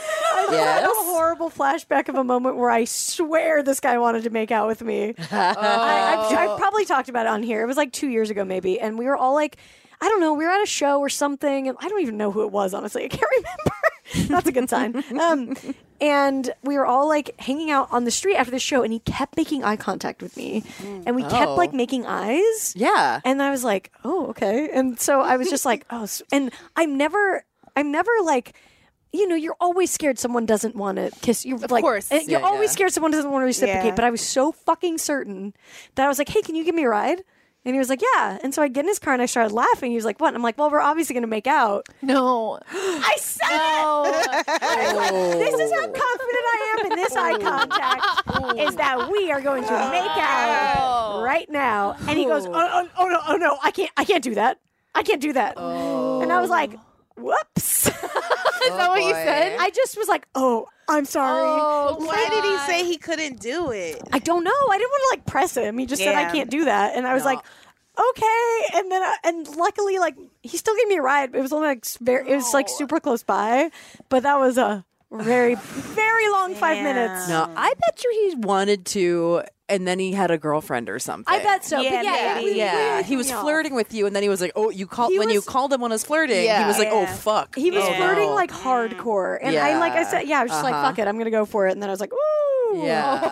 S2: I had a
S3: yes
S2: horrible flashback of a moment where I swear this guy wanted to make out with me. I, I've, I've probably talked about it on here. It was like two years ago, maybe, and we were all like, I don't know, we were at a show or something, and I don't even know who it was. Honestly, I can't remember. That's a good sign. Um, and we were all like hanging out on the street after the show, and he kept making eye contact with me, and we kept
S3: Oh.
S2: like making eyes.
S3: yeah
S2: And I was like, oh, okay. And so I was just like, oh, s- and I'm never, I'm never like, you know, you're always scared someone doesn't want to kiss you. Of like,
S4: course.
S2: and You're
S3: Yeah,
S2: always
S3: yeah.
S2: scared someone doesn't want to reciprocate.
S6: Yeah.
S2: But I was so fucking certain that I was like, hey, can you give me a ride? And he was like, yeah. And so I get in his car and I started laughing. He was like, what? And I'm like, well, we're obviously going to make out.
S4: no,
S2: I said
S4: no.
S3: Oh.
S2: This is how confident I am in this eye contact is that we are going to make out right now. And he goes, oh, oh, oh no, oh no, I can't, I can't do that. I can't do that. And I was like, whoops.
S4: Is that what
S3: boy.
S4: you said? Oh,
S2: I just was like, oh, I'm sorry.
S6: Why did he
S4: God.
S6: say he couldn't do it?
S2: I don't know. I didn't want to like press him. He just said I
S6: Yeah.
S2: can't do that, and I was
S3: No.
S2: like, okay. And then I, and luckily, like he still gave me a ride. But it was only like s- very, it was like super close by, but that was a very very long five minutes.
S3: No, I bet you he wanted to, and then he had a girlfriend or something.
S2: I bet so.
S6: Yeah,
S2: but yeah,
S6: maybe.
S2: it- we-
S3: Yeah,
S2: we-
S3: he was
S2: yeah.
S3: flirting with you, and then he was like, "Oh, you called
S2: He
S3: when you
S2: was-
S3: called him when I was flirting." He
S4: Yeah.
S3: was like, "Oh
S6: Yeah.
S3: fuck."
S2: He was
S3: Oh, no.
S2: flirting like hardcore, and I like I
S3: Yeah.
S2: said, yeah, I was just
S3: Uh-huh.
S2: like, fuck it, I'm gonna go for it, and then I was like, ooh, Oh,
S3: Yeah.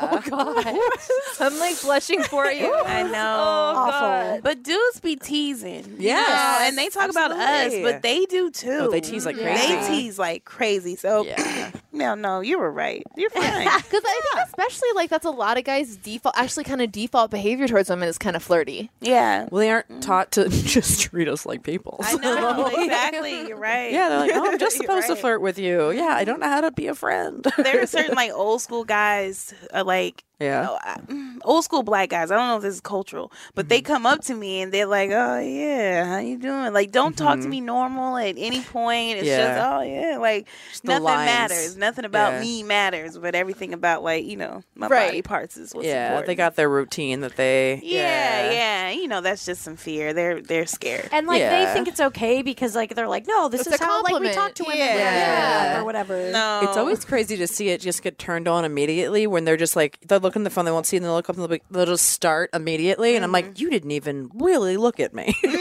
S4: I'm like blushing for you.
S6: I know.
S3: Oh,
S2: awful.
S6: But dudes be teasing. you
S3: Yes.
S6: know, And they talk about
S3: Absolutely.
S6: us, but they do too.
S3: Oh, they tease like
S6: They
S3: crazy.
S6: tease like crazy. So,
S3: Yeah.
S6: no, no, you were right. You're fine.
S4: Because I think especially like that's a lot of guys' default, actually kind of default behavior towards women is kind of flirty.
S6: yeah.
S3: Well, they aren't taught to just treat us like people.
S6: I know. exactly. You're right.
S3: Yeah, they're like, "Oh, I'm just
S6: You're
S3: supposed to
S6: right.
S3: flirt with you." Yeah, I don't know how to be a friend.
S6: There are certain like old school guys, uh, like
S3: Yeah.
S6: oh, I- mm, old school black guys. I don't know if this is cultural, but
S3: Mm-hmm.
S6: they come up to me and they're like, "Oh yeah, how you doing?" Like, don't talk to me normal at any point. It's just,
S3: Mm-hmm. Yeah.
S6: "Oh yeah," like
S3: the
S6: nothing
S3: lines.
S6: matters. Nothing about
S3: Yeah.
S6: me matters, but everything about like you know my
S4: Right.
S6: body parts is what's
S3: yeah,
S6: important.
S3: they got their routine that they.
S6: Yeah, yeah, You know, that's just some fear. They're they're scared.
S2: And like
S3: Yeah.
S2: they think it's okay because like they're like, no, this
S4: It's
S2: is
S4: a
S2: how like
S4: compliment.
S2: we talk to women
S6: Yeah.
S2: yeah.
S3: Yeah.
S2: or whatever.
S6: no,
S3: It's always crazy to see it just get turned on immediately when they're just like they'll look on the phone, they won't see, and they'll look up and they'll, be, they'll just start immediately. And I'm like, you didn't even really look at me.
S4: Dude,
S2: Yeah,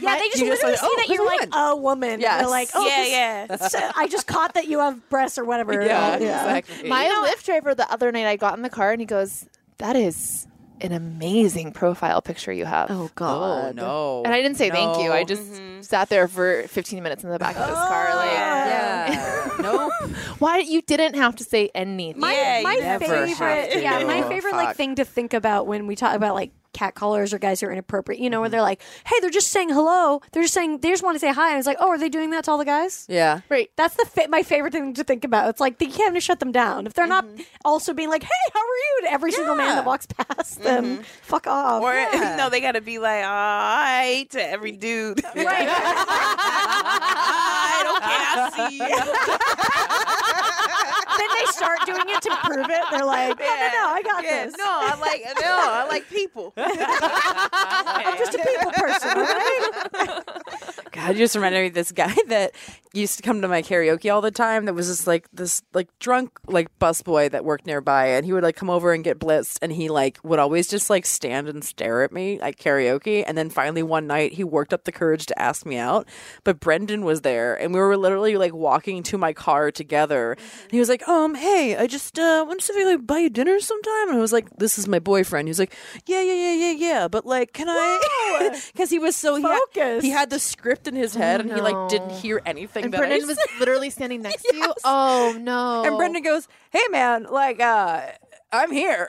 S4: my-
S2: they just
S3: You just
S2: literally
S3: like,
S2: see
S3: "Oh,
S2: that
S3: who's
S2: you're like a woman.
S3: Yes.
S2: They're like, oh,
S6: Yeah,
S2: this-
S6: yeah.
S2: this- I just caught that you have breasts or whatever.
S3: Yeah, exactly.
S4: My Lyft driver the other night, I got in the car and he goes, "That is an amazing profile picture you have."
S2: Oh God.
S3: Oh no!
S4: And I didn't say thank you.
S3: No.
S4: I just sat there for 15 minutes in the back of his car, like,
S3: Oh, yeah. nope.
S4: why you didn't have to say anything?
S2: My,
S6: Yeah, you
S2: my
S3: never have
S2: favorite,
S3: to.
S2: yeah, my
S3: Oh,
S2: favorite like
S3: fuck.
S2: thing to think about when we talk about like cat callers or guys who are inappropriate, you know, where they're like, hey, they're just saying hello, they're just saying they just want to say hi, and it's like, oh, are they doing that to all the guys?
S3: Yeah.
S4: right.
S2: That's the fa- my favorite thing to think about. It's like you can't shut them down if they're
S6: Mm-hmm.
S2: not also being like, "Hey, how are you?" to every single man that walks past them. Fuck off.
S6: Mm-hmm. Or no, they got to be like, all right, to every dude. Right. all right, okay, I see you.
S2: then they start doing it to prove it. They're like, "No, no, no, I got
S6: Yeah,
S2: this.
S6: No, I like no, I like people.
S2: I'm just a people person, all right?"
S3: God, you just reminded me of this guy that used to come to my karaoke all the time. That was just like this like drunk like busboy that worked nearby, and he would like come over and get blitzed, and he like would always just like stand and stare at me like karaoke. And then finally one night he worked up the courage to ask me out, but Brendan was there, and we were literally like walking to my car together, and he was like, "Um, hey, I just uh, want to see if I could buy you dinner sometime." And I was like, "This is my boyfriend." He was like, "Yeah, yeah, yeah, yeah, yeah," but like, can I? Because he was so he had-
S2: Focused.
S3: he had the script in his head and he
S4: no.
S3: like didn't hear anything
S4: And
S3: that
S4: Brendan
S3: I
S4: was
S3: said.
S4: literally standing next to you. Oh no!
S3: and Brendan goes, "Hey man, like uh I'm here."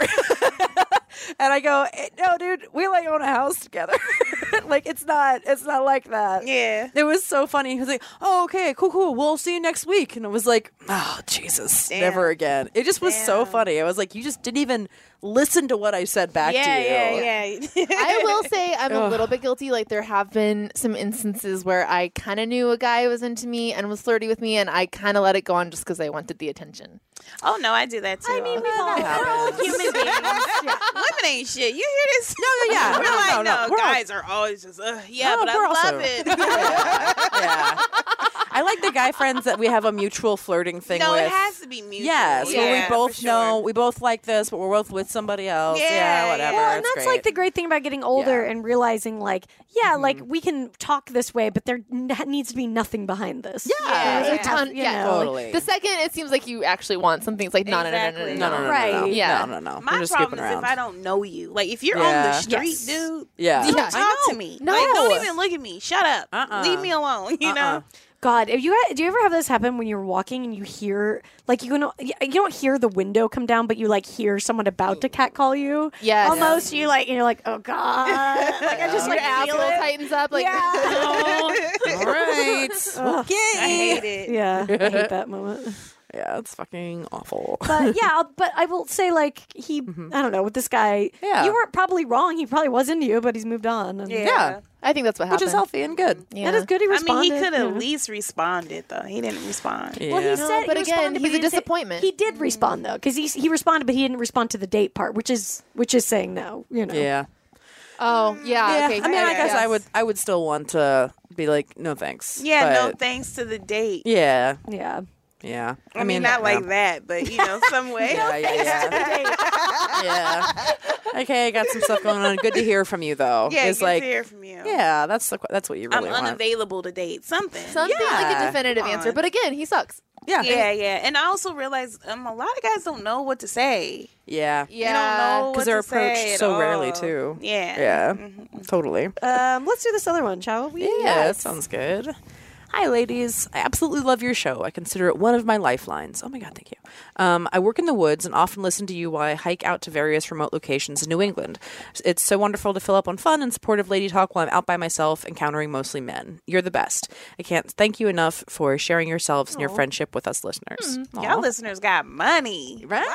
S3: and I go, "Eh, "No, dude, we like own a house together. like it's not it's not like that."
S6: Yeah.
S3: It was so funny. He was like, "Oh, okay, cool, cool. We'll see you next week." And it was like, "Oh, Jesus, never again." It just was so funny. I was like, "You just didn't even listen to what I said back
S6: Yeah,
S3: to you."
S6: yeah, yeah.
S4: I will say I'm a little bit guilty. Like there have been some instances where I kind of knew a guy was into me and was flirty with me, and I kind of let it go on just because I wanted the attention.
S6: oh no, I do that too. I mean,
S2: We're all- we're all human beings.
S6: women ain't shit. You hear this? No,
S3: no, yeah.
S6: We're
S3: No,
S6: like,
S3: no, no.
S6: no,
S3: We're all-
S6: guys are always just, uh, yeah,
S3: No,
S6: but I
S3: we're
S6: love
S3: also-
S6: it.
S3: yeah. I like the guy friends that we have a mutual flirting thing
S6: no,
S3: with.
S6: it has to be mutual.
S3: Yes, where
S6: Yeah,
S3: we
S6: for
S3: both
S6: sure.
S3: know we both like this, but we're both with somebody else. Yeah,
S6: Yeah,
S3: whatever.
S6: yeah.
S2: Well,
S6: Sure,
S2: Oh, and
S3: it's
S2: that's like the
S3: great.
S2: great thing about getting older
S3: Yeah.
S2: and realizing, like, yeah, like we can talk this way, but there n- needs to be nothing behind this.
S3: Yeah.
S2: There's a
S4: There's a ton-
S2: you
S4: yeah.
S2: know, like-
S3: totally.
S4: The second it seems like you actually want something, it's like no, no, no, no, no,
S6: Exactly.
S3: no, no, no,
S2: Right.
S3: no, no,
S4: Yeah.
S3: no, no, no.
S6: My
S3: we're just
S6: problem
S3: skipping
S6: is if
S3: around.
S6: I don't know you. Like if you're on the
S3: Yeah.
S6: street,
S2: Yes.
S6: dude.
S3: yeah,
S6: Don't
S4: Yeah.
S6: talk to me.
S4: No.
S6: Like, don't even look at me. Shut up.
S3: Uh-uh.
S6: Leave me alone. You
S3: Uh-uh.
S6: know.
S2: God, if you do you ever have this happen when you're walking and you hear like you know you don't hear the window come down, but you like hear someone about to catcall you.
S4: Yes.
S2: almost you like and you're like, oh God, like I just
S4: Your
S2: like feel
S4: asshole
S2: it.
S4: tightens up. Like
S2: yeah.
S3: all right.
S6: I hate it.
S2: yeah, I hate that moment.
S3: yeah, it's fucking awful.
S2: but yeah, I'll- but I will say like he, I don't know, with this guy,
S3: Yeah.
S2: you weren't probably wrong. He probably was into you, but he's moved on. And
S6: Yeah.
S3: yeah,
S4: I think that's what happened.
S3: which is healthy and good.
S4: Yeah.
S2: that is good. He
S6: I mean, he
S2: responded. Mm-hmm.
S6: could
S2: yeah.
S6: at least responded though. He didn't respond.
S3: Yeah.
S2: Well, he said,
S4: but
S2: he
S4: again,
S2: responded, but
S4: he's
S2: he
S4: a
S2: didn't say-
S4: disappointment.
S2: he did respond though, because he he responded, but he didn't respond to the date part, which is which is saying no. You know.
S3: yeah.
S4: Oh yeah.
S3: Yeah,
S4: Okay.
S3: I mean, I guess
S4: yeah.
S3: I would, I would still want to be like, no thanks.
S6: Yeah. no,
S3: but-
S6: thanks to the date.
S3: Yeah,
S2: Yeah.
S3: yeah.
S6: I, mean, not
S3: yeah.
S6: like that, but you know, some way.
S3: Yeah, yeah, yeah. yeah. Okay, I got some stuff going on. Good to hear from you, though.
S6: Yeah,
S3: it's
S6: good
S3: like,
S6: to hear from you.
S3: yeah, that's the, that's what you
S6: I'm
S3: really want.
S6: unavailable to date. Something.
S4: Something like a
S3: Yeah.
S4: definitive
S6: Come
S4: answer,
S6: on.
S4: but again, he sucks.
S3: Yeah,
S6: yeah, yeah. And I also realize um, a lot of guys don't know what to say.
S3: yeah,
S6: They don't know
S3: 'Cause
S6: what
S3: they're
S6: to say
S3: approached
S6: at
S3: so rarely,
S6: all. Mm-hmm.
S3: too.
S6: Yeah.
S3: Yeah, totally.
S2: Um, let's do this other one, shall we?
S3: Yeah, that sounds good. Hi, ladies. I absolutely love your show. I consider it one of my lifelines. Oh my God, thank you. Um, I work in the woods and often listen to you while I hike out to various remote locations in New England. It's so wonderful to fill up on fun and supportive lady talk while I'm out by myself, encountering mostly men. You're the best. I can't thank you enough for sharing yourselves and your friendship with us listeners. Aw.
S6: Y'all listeners got money.
S3: Right?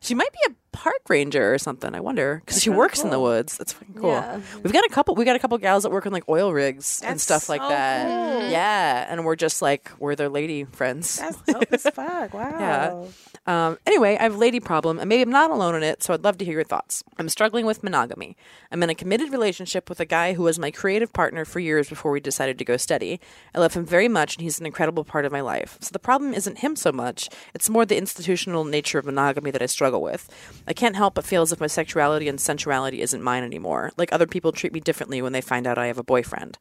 S3: she might be a park ranger or something. I wonder because she works in the woods. That's fucking cool.
S2: Yeah.
S3: We've got a couple. We got a couple gals that work on like oil rigs and
S6: That's
S3: stuff like
S6: so
S3: that.
S6: cool.
S3: Yeah, and we're just like we're their lady friends.
S6: That's dope as fuck. Wow.
S3: Yeah. Um, anyway, I have a lady problem, and maybe I'm not alone in it, so I'd love to hear your thoughts. I'm struggling with monogamy. I'm in a committed relationship with a guy who was my creative partner for years before we decided to go steady. I love him very much, and he's an incredible part of my life. So the problem isn't him so much, it's more the institutional nature of monogamy that I struggle with. I can't help but feel as if my sexuality and sensuality isn't mine anymore. Like other people treat me differently when they find out I have a boyfriend.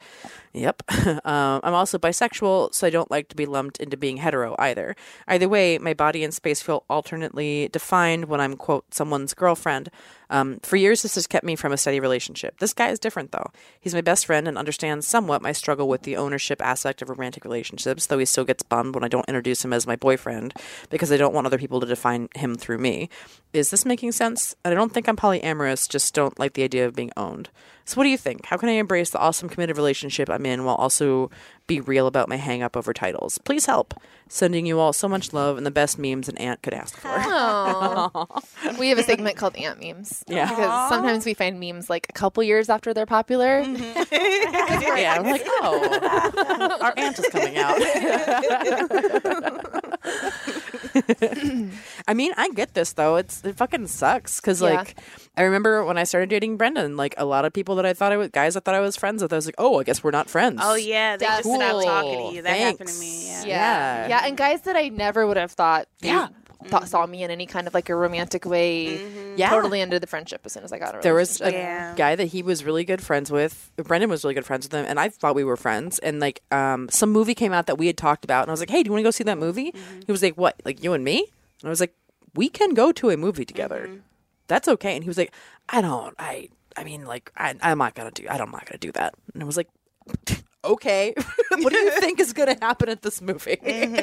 S3: Yep. um, I'm also bisexual, so I don't like to be lumped into being hetero either. Either way, my body and space feel alternately defined when I'm, quote, someone's girlfriend. Um, for years, this has kept me from a steady relationship. This guy is different, though. He's my best friend and understands somewhat my struggle with the ownership aspect of romantic relationships, though he still gets bummed when I don't introduce him as my boyfriend because I don't want other people to define him through me. Is this making sense? And I don't think I'm polyamorous, just don't like the idea of being owned. So, what do you think? How can I embrace the awesome committed relationship I'm in while also be real about my hang up over titles? Please help. Sending you all so much love and the best memes an aunt could ask for.
S4: Aw. we have a segment called Ant Memes.
S3: Yeah.
S4: Because sometimes we find memes like a couple years after they're popular.
S6: Mm-hmm.
S3: yeah, I'm like, oh, our aunt is coming out. I mean, I get this though. It's it fucking sucks because
S4: Yeah.
S3: like I remember when I started dating Brendan, like a lot of people that I thought I was guys I thought I was friends with, I was like, oh, I guess we're not friends.
S6: Oh yeah, they just
S4: Cool.
S6: stopped talking to you. That happened to me.
S3: Thanks.
S6: Yeah.
S4: Yeah.
S3: Yeah.
S4: Yeah, and guys that I never would have thought
S3: Yeah.
S4: thought saw me in any kind of like a romantic way.
S6: Mm-hmm.
S3: Yeah.
S4: Totally ended the friendship as soon as I got a
S3: There was
S4: relationship.
S3: a
S6: Yeah.
S3: guy that he was really good friends with. Brendan was really good friends with him, and I thought we were friends. And like, um, some movie came out that we had talked about, and I was like, "Hey, do you want to go see that movie?" He was like, "What? Like you and me?" And I was like, "We can go to a movie together. That's okay." And he was like, "I don't. I. I mean, like, I, I'm not gonna do. I don't, I'm not gonna do that." And I was like, okay, what do you think is going to happen at this movie? and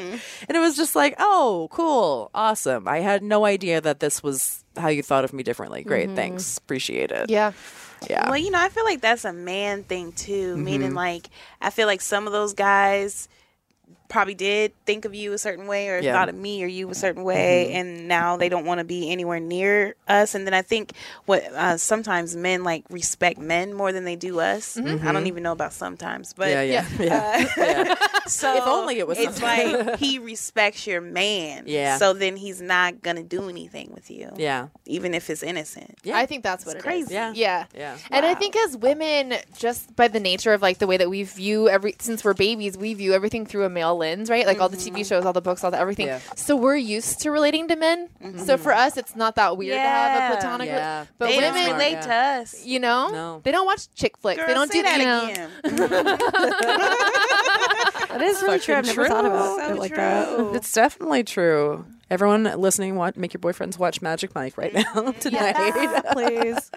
S3: it was just like, oh, cool, awesome. I had no idea that this was how you thought of me differently. Great, thanks, appreciate it.
S4: Yeah.
S3: yeah.
S6: Well, you know, I feel like that's a man thing too. Meaning,
S3: Mm-hmm.
S6: like, I feel like some of those guys probably did think of you a certain way or
S3: Yeah. Mm-hmm.
S6: thought of me or you a certain way, and now they don't want to be anywhere near us. And then I think what uh, sometimes men like respect men more than they do us. I don't even know about sometimes, but
S3: Mm-hmm. yeah, yeah, uh, yeah, yeah.
S6: So
S3: If only it was
S6: It's
S3: something.
S6: like he respects your man.
S3: Yeah.
S6: So then he's not gonna do anything with you.
S3: yeah,
S6: Even if it's innocent.
S3: Yeah.
S4: I think that's what it's
S6: crazy.
S3: Yeah.
S4: Yeah.
S3: yeah.
S4: And I think as women, just by the nature of like the way that we view every, since we're babies, we view everything through a male lens, right? Like all the TV
S6: Mm-hmm.
S4: shows, all the books, all the everything.
S3: Yeah.
S4: So we're used to relating to men. So for us, it's not that weird to have
S6: Yeah.
S4: a platonic.
S3: Yeah.
S4: But
S6: Mm-hmm. they
S4: women,
S6: don't
S3: smart,
S6: relate
S3: yeah.
S6: to us.
S4: you know,
S3: No.
S4: they don't watch chick flicks. they
S6: Girl,
S4: don't
S6: say
S4: do
S6: that
S4: you know,
S6: again.
S2: That is really true. I've
S3: fucking
S2: never thought
S3: true.
S2: about it
S6: So
S2: like that.
S6: true.
S3: It's definitely true. Everyone listening, watch, make your boyfriends watch Magic Mike right now tonight.
S2: Please.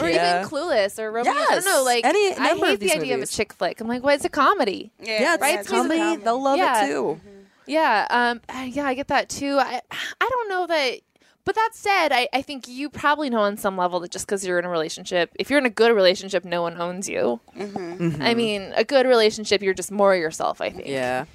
S4: or
S3: Yeah.
S4: even Clueless or Romeo. I
S3: Yes.
S4: don't know. Like
S3: Any
S4: I
S3: number
S4: hate
S3: of these
S4: the idea of a
S3: movies.
S4: chick flick. I'm like, well, it's a comedy.
S3: Yeah,
S6: that's
S3: it's
S6: what I'm
S3: comedy.
S6: talking
S3: They'll love
S4: Yeah.
S3: it too.
S4: Yeah, um, uh, yeah, I get that too. I, I don't know that, but that said, I, I think you probably know on some level that just because you're in a relationship, if you're in a good relationship, no one owns you.
S3: Mm-hmm.
S4: I mean, a good relationship, you're just more yourself. I think.
S3: Yeah.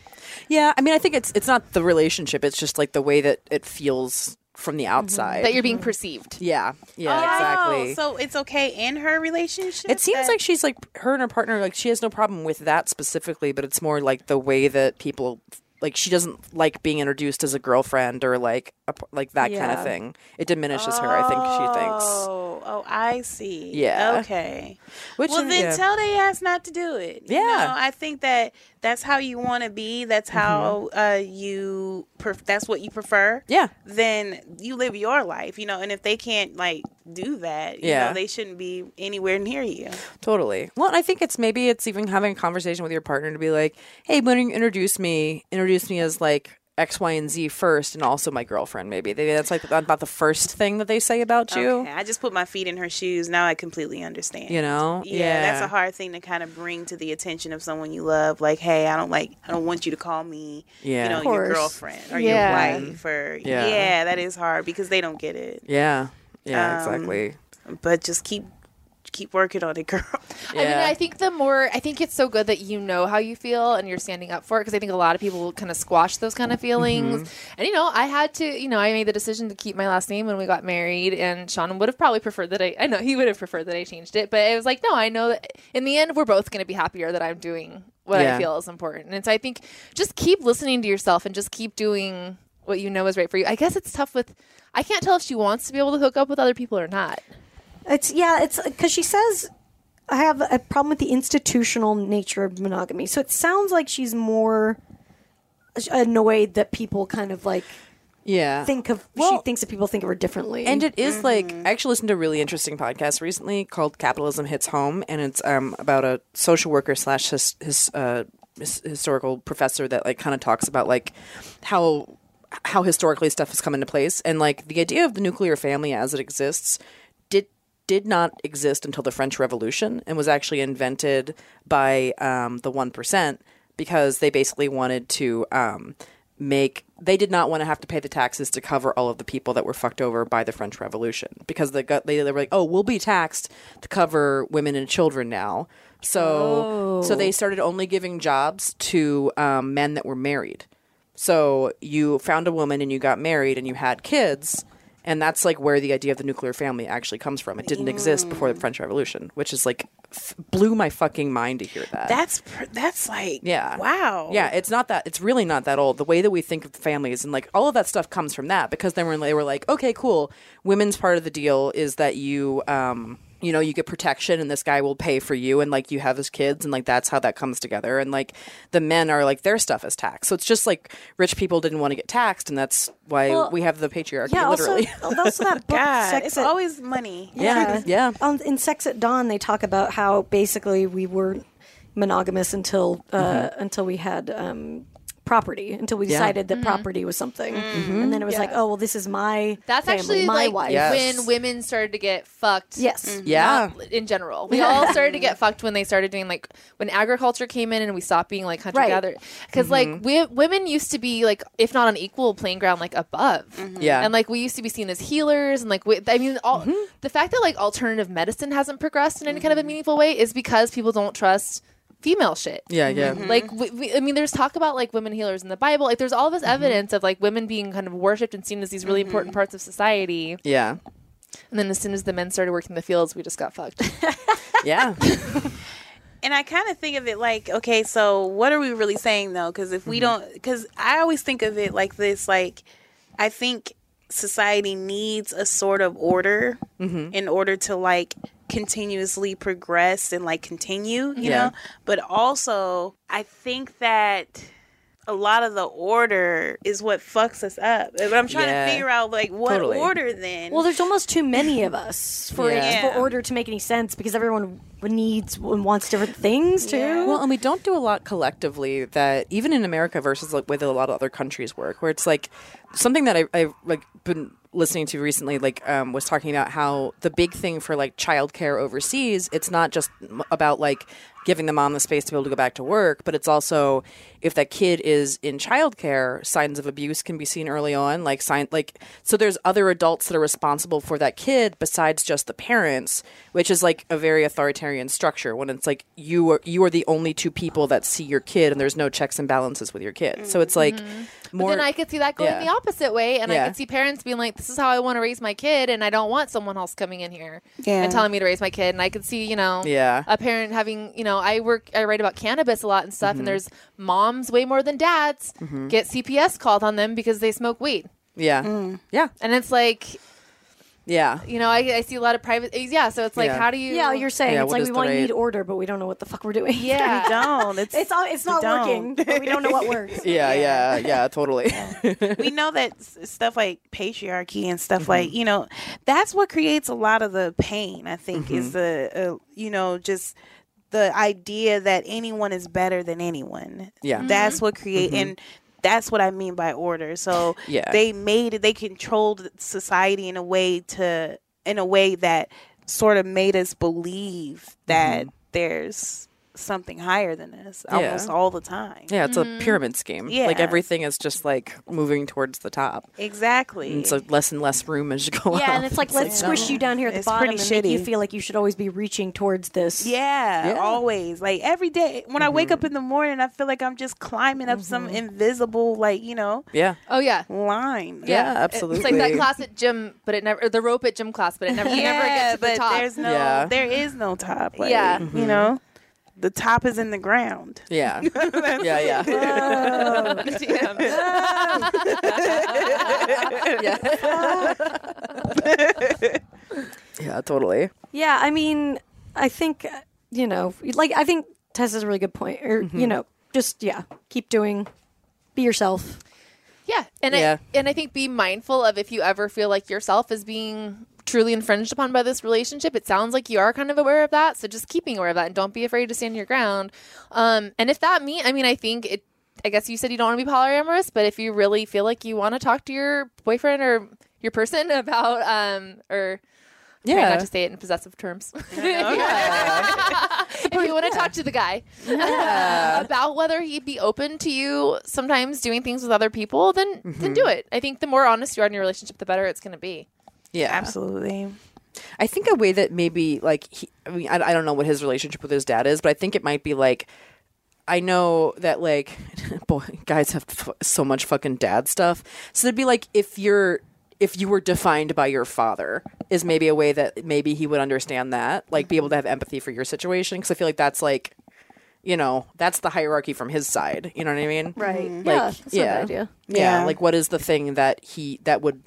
S3: Yeah, I mean I think it's it's not the relationship, it's just like the way that it feels from the outside.
S4: That you're being perceived.
S3: Yeah. Yeah, exactly.
S6: Oh, so it's okay in her relationship?
S3: It seems
S6: that-
S3: like she's like her and her partner like she has no problem with that specifically, but it's more like the way that people like she doesn't like being introduced as a girlfriend or like a, p- like that kind
S2: Yeah.
S3: of thing. It diminishes her, I think she thinks.
S6: Oh, oh, I see.
S3: Yeah.
S6: Okay.
S3: Which
S6: well,
S3: is-
S6: then
S3: yeah.
S6: tell they ass not to do it. You
S3: Yeah. Mm-hmm.
S6: know, I think that that's how you want to be. That's how uh, you. Pref- that's what you prefer.
S3: Yeah.
S6: Then you live your life, you know. And if they can't like do that, you
S3: Yeah.
S6: know, they shouldn't be anywhere near you.
S3: Totally. Well, and I think it's maybe it's even having a conversation with your partner to be like, hey, when you introduce me, introduce me as like X, Y, and Z first, and also my girlfriend. Maybe Maybe that's like about the first thing that they say about you.
S6: Okay, I just put my feet in her shoes. Now I completely understand.
S3: You know?
S6: Yeah, that's a hard thing to kind of bring to the attention of someone you love. Like, hey, I don't like, I don't want you to call me,
S3: Yeah.
S6: you know,
S3: Of
S6: your
S2: course.
S6: girlfriend or
S4: Yeah.
S6: your wife or
S3: Yeah.
S6: yeah. that is hard because they don't get it.
S3: Yeah. Yeah.
S6: Um,
S3: exactly.
S6: But just keep keep working on it, girl.
S4: I mean, I think the more I think it's so good that you know how you feel and you're standing up for it because I think a lot of people kind of squash those kind of feelings. And you know, I had to, you know, I made the decision to keep my last name when we got married, and Sean would have probably preferred that I. I know he would have preferred that I changed it, but it was like, no, I know that in the end we're both going to be happier that I'm doing what
S3: Yeah.
S4: I feel is important. And so I think just keep listening to yourself and just keep doing what you know is right for you. I guess it's tough with. I can't tell if she wants to be able to hook up with other people or not.
S2: It's yeah, it's because she says I have a problem with the institutional nature of monogamy. So it sounds like she's more annoyed that people kind of like
S3: yeah.
S2: think of
S3: Well-
S2: she thinks that people think of her differently.
S3: And it is, like I actually listened to a really interesting podcast recently called "Capitalism Hits Home," and it's um, about a social worker slash his, his, uh, his historical professor that like kind of talks about like how how historically stuff has come into place and like the idea of the nuclear family as it exists did did not exist until the French Revolution and was actually invented by um, the one percent because they basically wanted to um, make they did not want to have to pay the taxes to cover all of the people that were fucked over by the French Revolution because the gu- they, they were like oh we'll be taxed to cover women and children now so so they started only giving jobs to um, men that were married so you found a woman and you got married and you had kids. And that's like where the idea of the nuclear family actually comes from. It didn't exist before the French Revolution, which is like f- blew my fucking mind to hear that.
S6: That's pr- that's like
S3: yeah.
S6: wow
S3: Yeah, it's not that. It's really not that old. The way that we think of families and like all of that stuff comes from that because then when they were like, okay, cool. Women's part of the deal is that you, um, you know, you get protection and this guy will pay for you and like you have his kids and like that's how that comes together. And like the men are like their stuff is taxed. So it's just like rich people didn't want to get taxed and that's why
S2: Well,
S3: we have the patriarchy
S2: yeah, also,
S3: literally.
S2: also that book
S6: God,
S2: sex
S6: it's
S2: at,
S6: always money.
S3: yeah. Yeah.
S2: Oh Um, in Sex at Dawn, they talk about how basically we were monogamous until uh,
S3: Mm-hmm.
S2: until we had um, property, until we decided that
S4: Mm-hmm.
S2: property was something,
S3: Mm-hmm.
S2: and then it was like, oh well, this is my
S4: That's
S2: family,
S4: actually
S2: my
S4: like
S2: wife.
S3: Yeah.
S4: when Mm. women started to get fucked.
S2: Yes.
S3: Yeah.
S4: Not in general, we all started to get fucked when they started doing like when agriculture came in and we stopped being like hunter
S2: Right.
S4: gatherer because
S3: Mm-hmm.
S4: like we, women used to be like if not on equal playing ground like above
S3: Mm-hmm. Yeah.
S4: and like we used to be seen as healers and like we, I mean all
S2: Mm-hmm.
S4: the fact that like alternative medicine hasn't progressed in any kind of a
S3: Mm-hmm.
S4: meaningful way is because people don't trust female shit
S3: Yeah, yeah.
S2: Mm-hmm.
S4: like we, we, i mean there's talk about like women healers in the bible like there's all this
S3: Mm-hmm.
S4: evidence of like women being kind of worshipped and seen as these really important parts of society
S3: Yeah.
S4: and then as soon as the men started working the fields we just got fucked
S3: Yeah.
S6: And I kind of think of it like, okay, so what are we really saying though? Because if we
S3: Mm-hmm.
S6: don't, because I always think of it like this, like I think society needs a sort of order
S3: Mm-hmm.
S6: in order to like continuously progress and like continue, you
S3: Yeah.
S6: know. But also, I think that a lot of the order is what fucks us up. But I'm trying
S3: Yeah.
S6: to figure out like what
S3: Totally.
S6: order then.
S2: Well, there's almost too many of us for it-
S3: Yeah.
S2: for order to make any sense because everyone needs and wants different things too.
S3: Well, and we don't do a lot collectively that even in America versus like with a lot of other countries work, where it's like something that I, I've like been listening to recently, like um, was talking about how the big thing for like childcare overseas, it's not just m- about like giving the mom the space to be able to go back to work, but it's also if that kid is in childcare, signs of abuse can be seen early on, like sign like so there's other adults that are responsible for that kid besides just the parents, which is like a very authoritarian structure when it's like you are you are the only two people that see your kid and there's no checks and balances with your kid. So it's like more
S4: then I could see that going
S3: yeah.
S4: the opposite way, and
S3: Yeah.
S4: I could see parents being like, "This is how I want to raise my kid, and I don't want someone else coming in here
S6: Yeah.
S4: and telling me to raise my kid." And I could see, you know,
S3: Yeah.
S4: a parent having, you know, I work, I write about cannabis a lot and
S3: Mm-hmm.
S4: stuff, and there's moms way more than dads get CPS called on them because they smoke weed,
S3: yeah. Yeah.
S4: and it's like,
S3: Yeah.
S4: you know, I, I see a lot of private, eh, yeah. So it's like,
S3: Yeah.
S4: how do you,
S2: yeah, you're saying
S3: Yeah,
S2: it's
S3: what
S2: like
S3: is
S2: we
S3: the
S2: want to
S3: right-
S2: need order, but we don't know what the fuck we're doing.
S6: We
S4: yeah.
S6: don't. It's,
S2: it's all it's not
S6: don't.
S2: working. But we don't know what works.
S3: Yeah, yeah, yeah, totally.
S6: we know that s- stuff like patriarchy and stuff
S3: Mm-hmm.
S6: like you know that's what creates a lot of the pain i think is
S3: Mm-hmm.
S6: the uh, you know just the idea that anyone is better than anyone
S3: Yeah. Mm-hmm.
S6: that's what create and that's what i mean by order so
S3: Yeah.
S6: they made it they controlled society in a way to in a way that sort of made us believe that there's something higher than this
S3: Mm-hmm. Yeah.
S6: almost all the time.
S3: Yeah, it's a pyramid scheme. Like
S6: Yeah.
S3: everything is just like moving towards the top.
S6: Exactly.
S3: And Mm, so less and less room as you go up.
S2: Yeah, and it's like let's squish you down here at the
S6: It's
S2: bottom and
S6: pretty
S2: make you
S6: shitty.
S2: feel like you should always be reaching towards this.
S6: Yeah, always. Like every day when I
S3: Mm-hmm.
S6: wake up in the morning, I feel like I'm just climbing up some invisible, like, you know,
S3: Yeah.
S4: Oh yeah.
S6: line.
S3: Yeah,
S4: It- It's like
S3: absolutely.
S4: that class at gym, but it never or the rope at gym class, but it never you never
S6: Yeah,
S4: gets to the
S6: but
S4: top.
S6: there's no,
S3: Yeah. Mm-hmm.
S6: there is no top. Like,
S4: Yeah.
S6: you know, the top is in the ground.
S3: Yeah. yeah, yeah.
S4: Damn.
S3: Yeah, totally.
S2: Yeah, I mean, I think uh, you know, like I think Tessa's a really good point. Or you know, just yeah, keep doing, be yourself.
S4: Yeah, and
S3: Yeah.
S4: I and I think be mindful of if you ever feel like yourself is being truly infringed upon by this relationship. It sounds like you are kind of aware of that, so just keep being aware of that and don't be afraid to stand your ground. Um, and if that mean, I mean, I think it. I guess you said you don't want to be polyamorous, but if you really feel like you want to talk to your boyfriend or your person about um or trying
S3: Yeah.
S4: not to say it in possessive terms. if you want to talk to the guy about whether he'd be open to you sometimes doing things with other people, then then do
S3: Mm-hmm.
S4: it. I think the more honest you are in your relationship, the better it's going to be.
S3: Yeah.
S6: Absolutely.
S3: I think a way that maybe like he, I mean I, I don't know what his relationship with his dad is, but I think it might be like I know that like boy guys have f- so much fucking dad stuff. So it'd be like if you're if you were defined by your father is maybe a way that maybe he would understand that, like be able to have empathy for your situation because I feel like that's like you know, that's the hierarchy from his side, you know what I mean?
S2: Right.
S3: Like,
S2: Mm-hmm. yeah. That's
S3: yeah.
S2: Not a bad idea.
S3: Yeah,
S6: Yeah.
S3: like what is the thing that he that would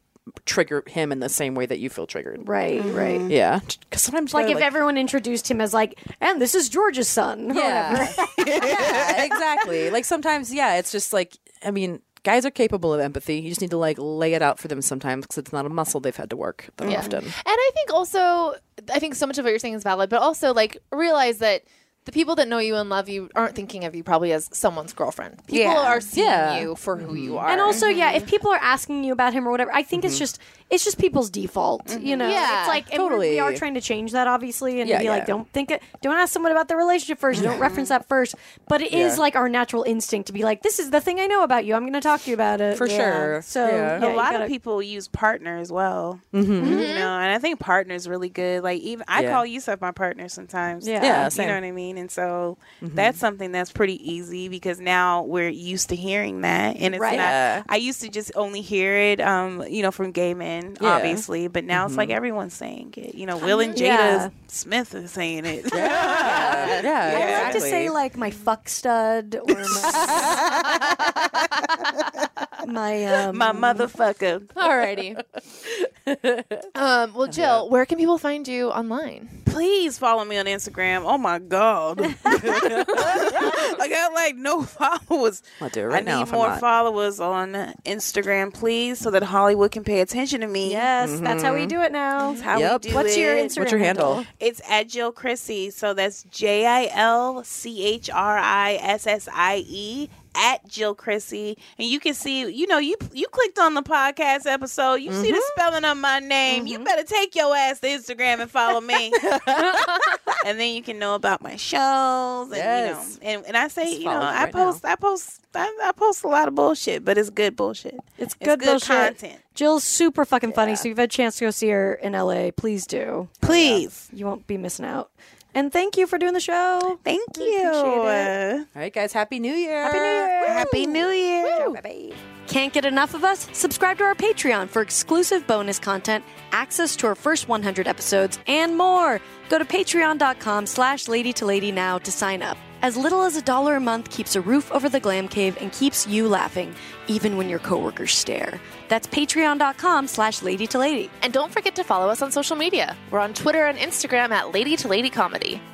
S3: trigger him in the same way that you feel triggered?
S2: Right. Right.
S3: Yeah, because sometimes
S2: Mm-hmm. Like
S3: they're,
S2: if everyone introduced him as like, and this is George's son. or whatever.
S3: yeah, yeah, exactly. Like sometimes, yeah, it's just like I mean, guys are capable of empathy. You just need to like lay it out for them sometimes because it's not a muscle they've had to work that often.
S4: And I think also, I think so much of what you're saying is valid, but also like realize that the people that know you and love you aren't thinking of you probably as someone's girlfriend. People
S6: Yeah.
S4: are seeing
S3: Yeah. Mm-hmm.
S4: you for who you are.
S2: And also, yeah, if people are asking you about him or whatever, I think it's just it's just people's default, you know.
S4: Yeah,
S2: it's like and
S3: Mm-hmm. totally.
S2: we are trying to change that, obviously, and
S3: Yeah,
S2: be
S3: yeah. Mm-hmm.
S2: like, don't think it, don't ask someone about their relationship first, don't reference that first. But it is
S3: Yeah.
S2: like our natural instinct to be like, this is the thing I know about you. I'm going to talk to you about it
S3: For sure.
S2: So
S3: Yeah.
S2: yeah,
S6: a
S2: you
S6: lot
S2: gotta-
S6: of people use partner as well. Mm-hmm. You know, and I think partner's really good. Like even I
S3: Yeah.
S6: call Yusuf my partner sometimes.
S2: Yeah.
S3: Yeah,
S6: You
S3: same.
S6: know what I mean? And so that's something that's pretty easy because now we're used to hearing that. And it's
S2: Right.
S6: not
S3: Yeah.
S6: I used to just only hear it um, you know, from gay men,
S3: Yeah.
S6: obviously. But now it's like everyone's saying it. You know, Will and Jada
S2: Yeah.
S6: Smith is saying it.
S3: Yeah, yeah,
S2: I like to
S3: exactly.
S2: say like my fuck stud or my my, um,
S6: My motherfucker.
S4: Alrighty. um,
S3: Uh-huh.
S4: well, Jill, where can people find you online?
S6: please follow me on Instagram. Oh my god, I got like no followers.
S3: I'll do it right
S6: I
S3: now
S6: need
S3: if I'm
S6: more
S3: not.
S6: followers on Instagram, please, so that Hollywood can pay attention to me.
S2: yes, that's how we
S3: Mm-hmm.
S2: do it now.
S6: How we
S3: Yep.
S6: do
S2: What's your
S6: it.
S2: Instagram?
S3: What's your handle?
S6: It's at Jill Chrissy. So that's J I L C H R I S S I E at Jill Chrissy. And you can see, you know, you you clicked on the podcast episode. You see the spelling of my name. You better take your ass to Instagram and follow me. and then you can know about my shows. And
S3: Yes.
S6: you know, and, and I say,
S3: Just
S6: you know,
S3: follow you
S6: I
S3: right
S6: post, I post I, I post a lot of bullshit, but it's good bullshit.
S2: It's
S6: It's
S2: good,
S6: good
S2: bullshit.
S6: content.
S2: Jill's super fucking funny. So if you've had a chance to go see her in LA, please do.
S6: Please.
S2: You won't be missing out. And thank you for doing the show.
S6: Thank
S2: We appreciate
S6: you.
S3: All right, guys, happy New Year!
S2: Happy New Year.
S6: Happy New Year.
S2: Can't get enough of us? Subscribe to our Patreon for exclusive bonus content, access to our first 100 episodes, and more. Go to patreon.com slash lady to lady now to sign up. As little as a dollar a month keeps a roof over the glam cave and keeps you laughing, even when your coworkers stare. That's patreon.com slash lady to lady.
S4: And don't forget to follow us on social media. We're on Twitter and Instagram at Lady to Lady Comedy.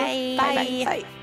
S4: Bye.
S2: Bye. Bye.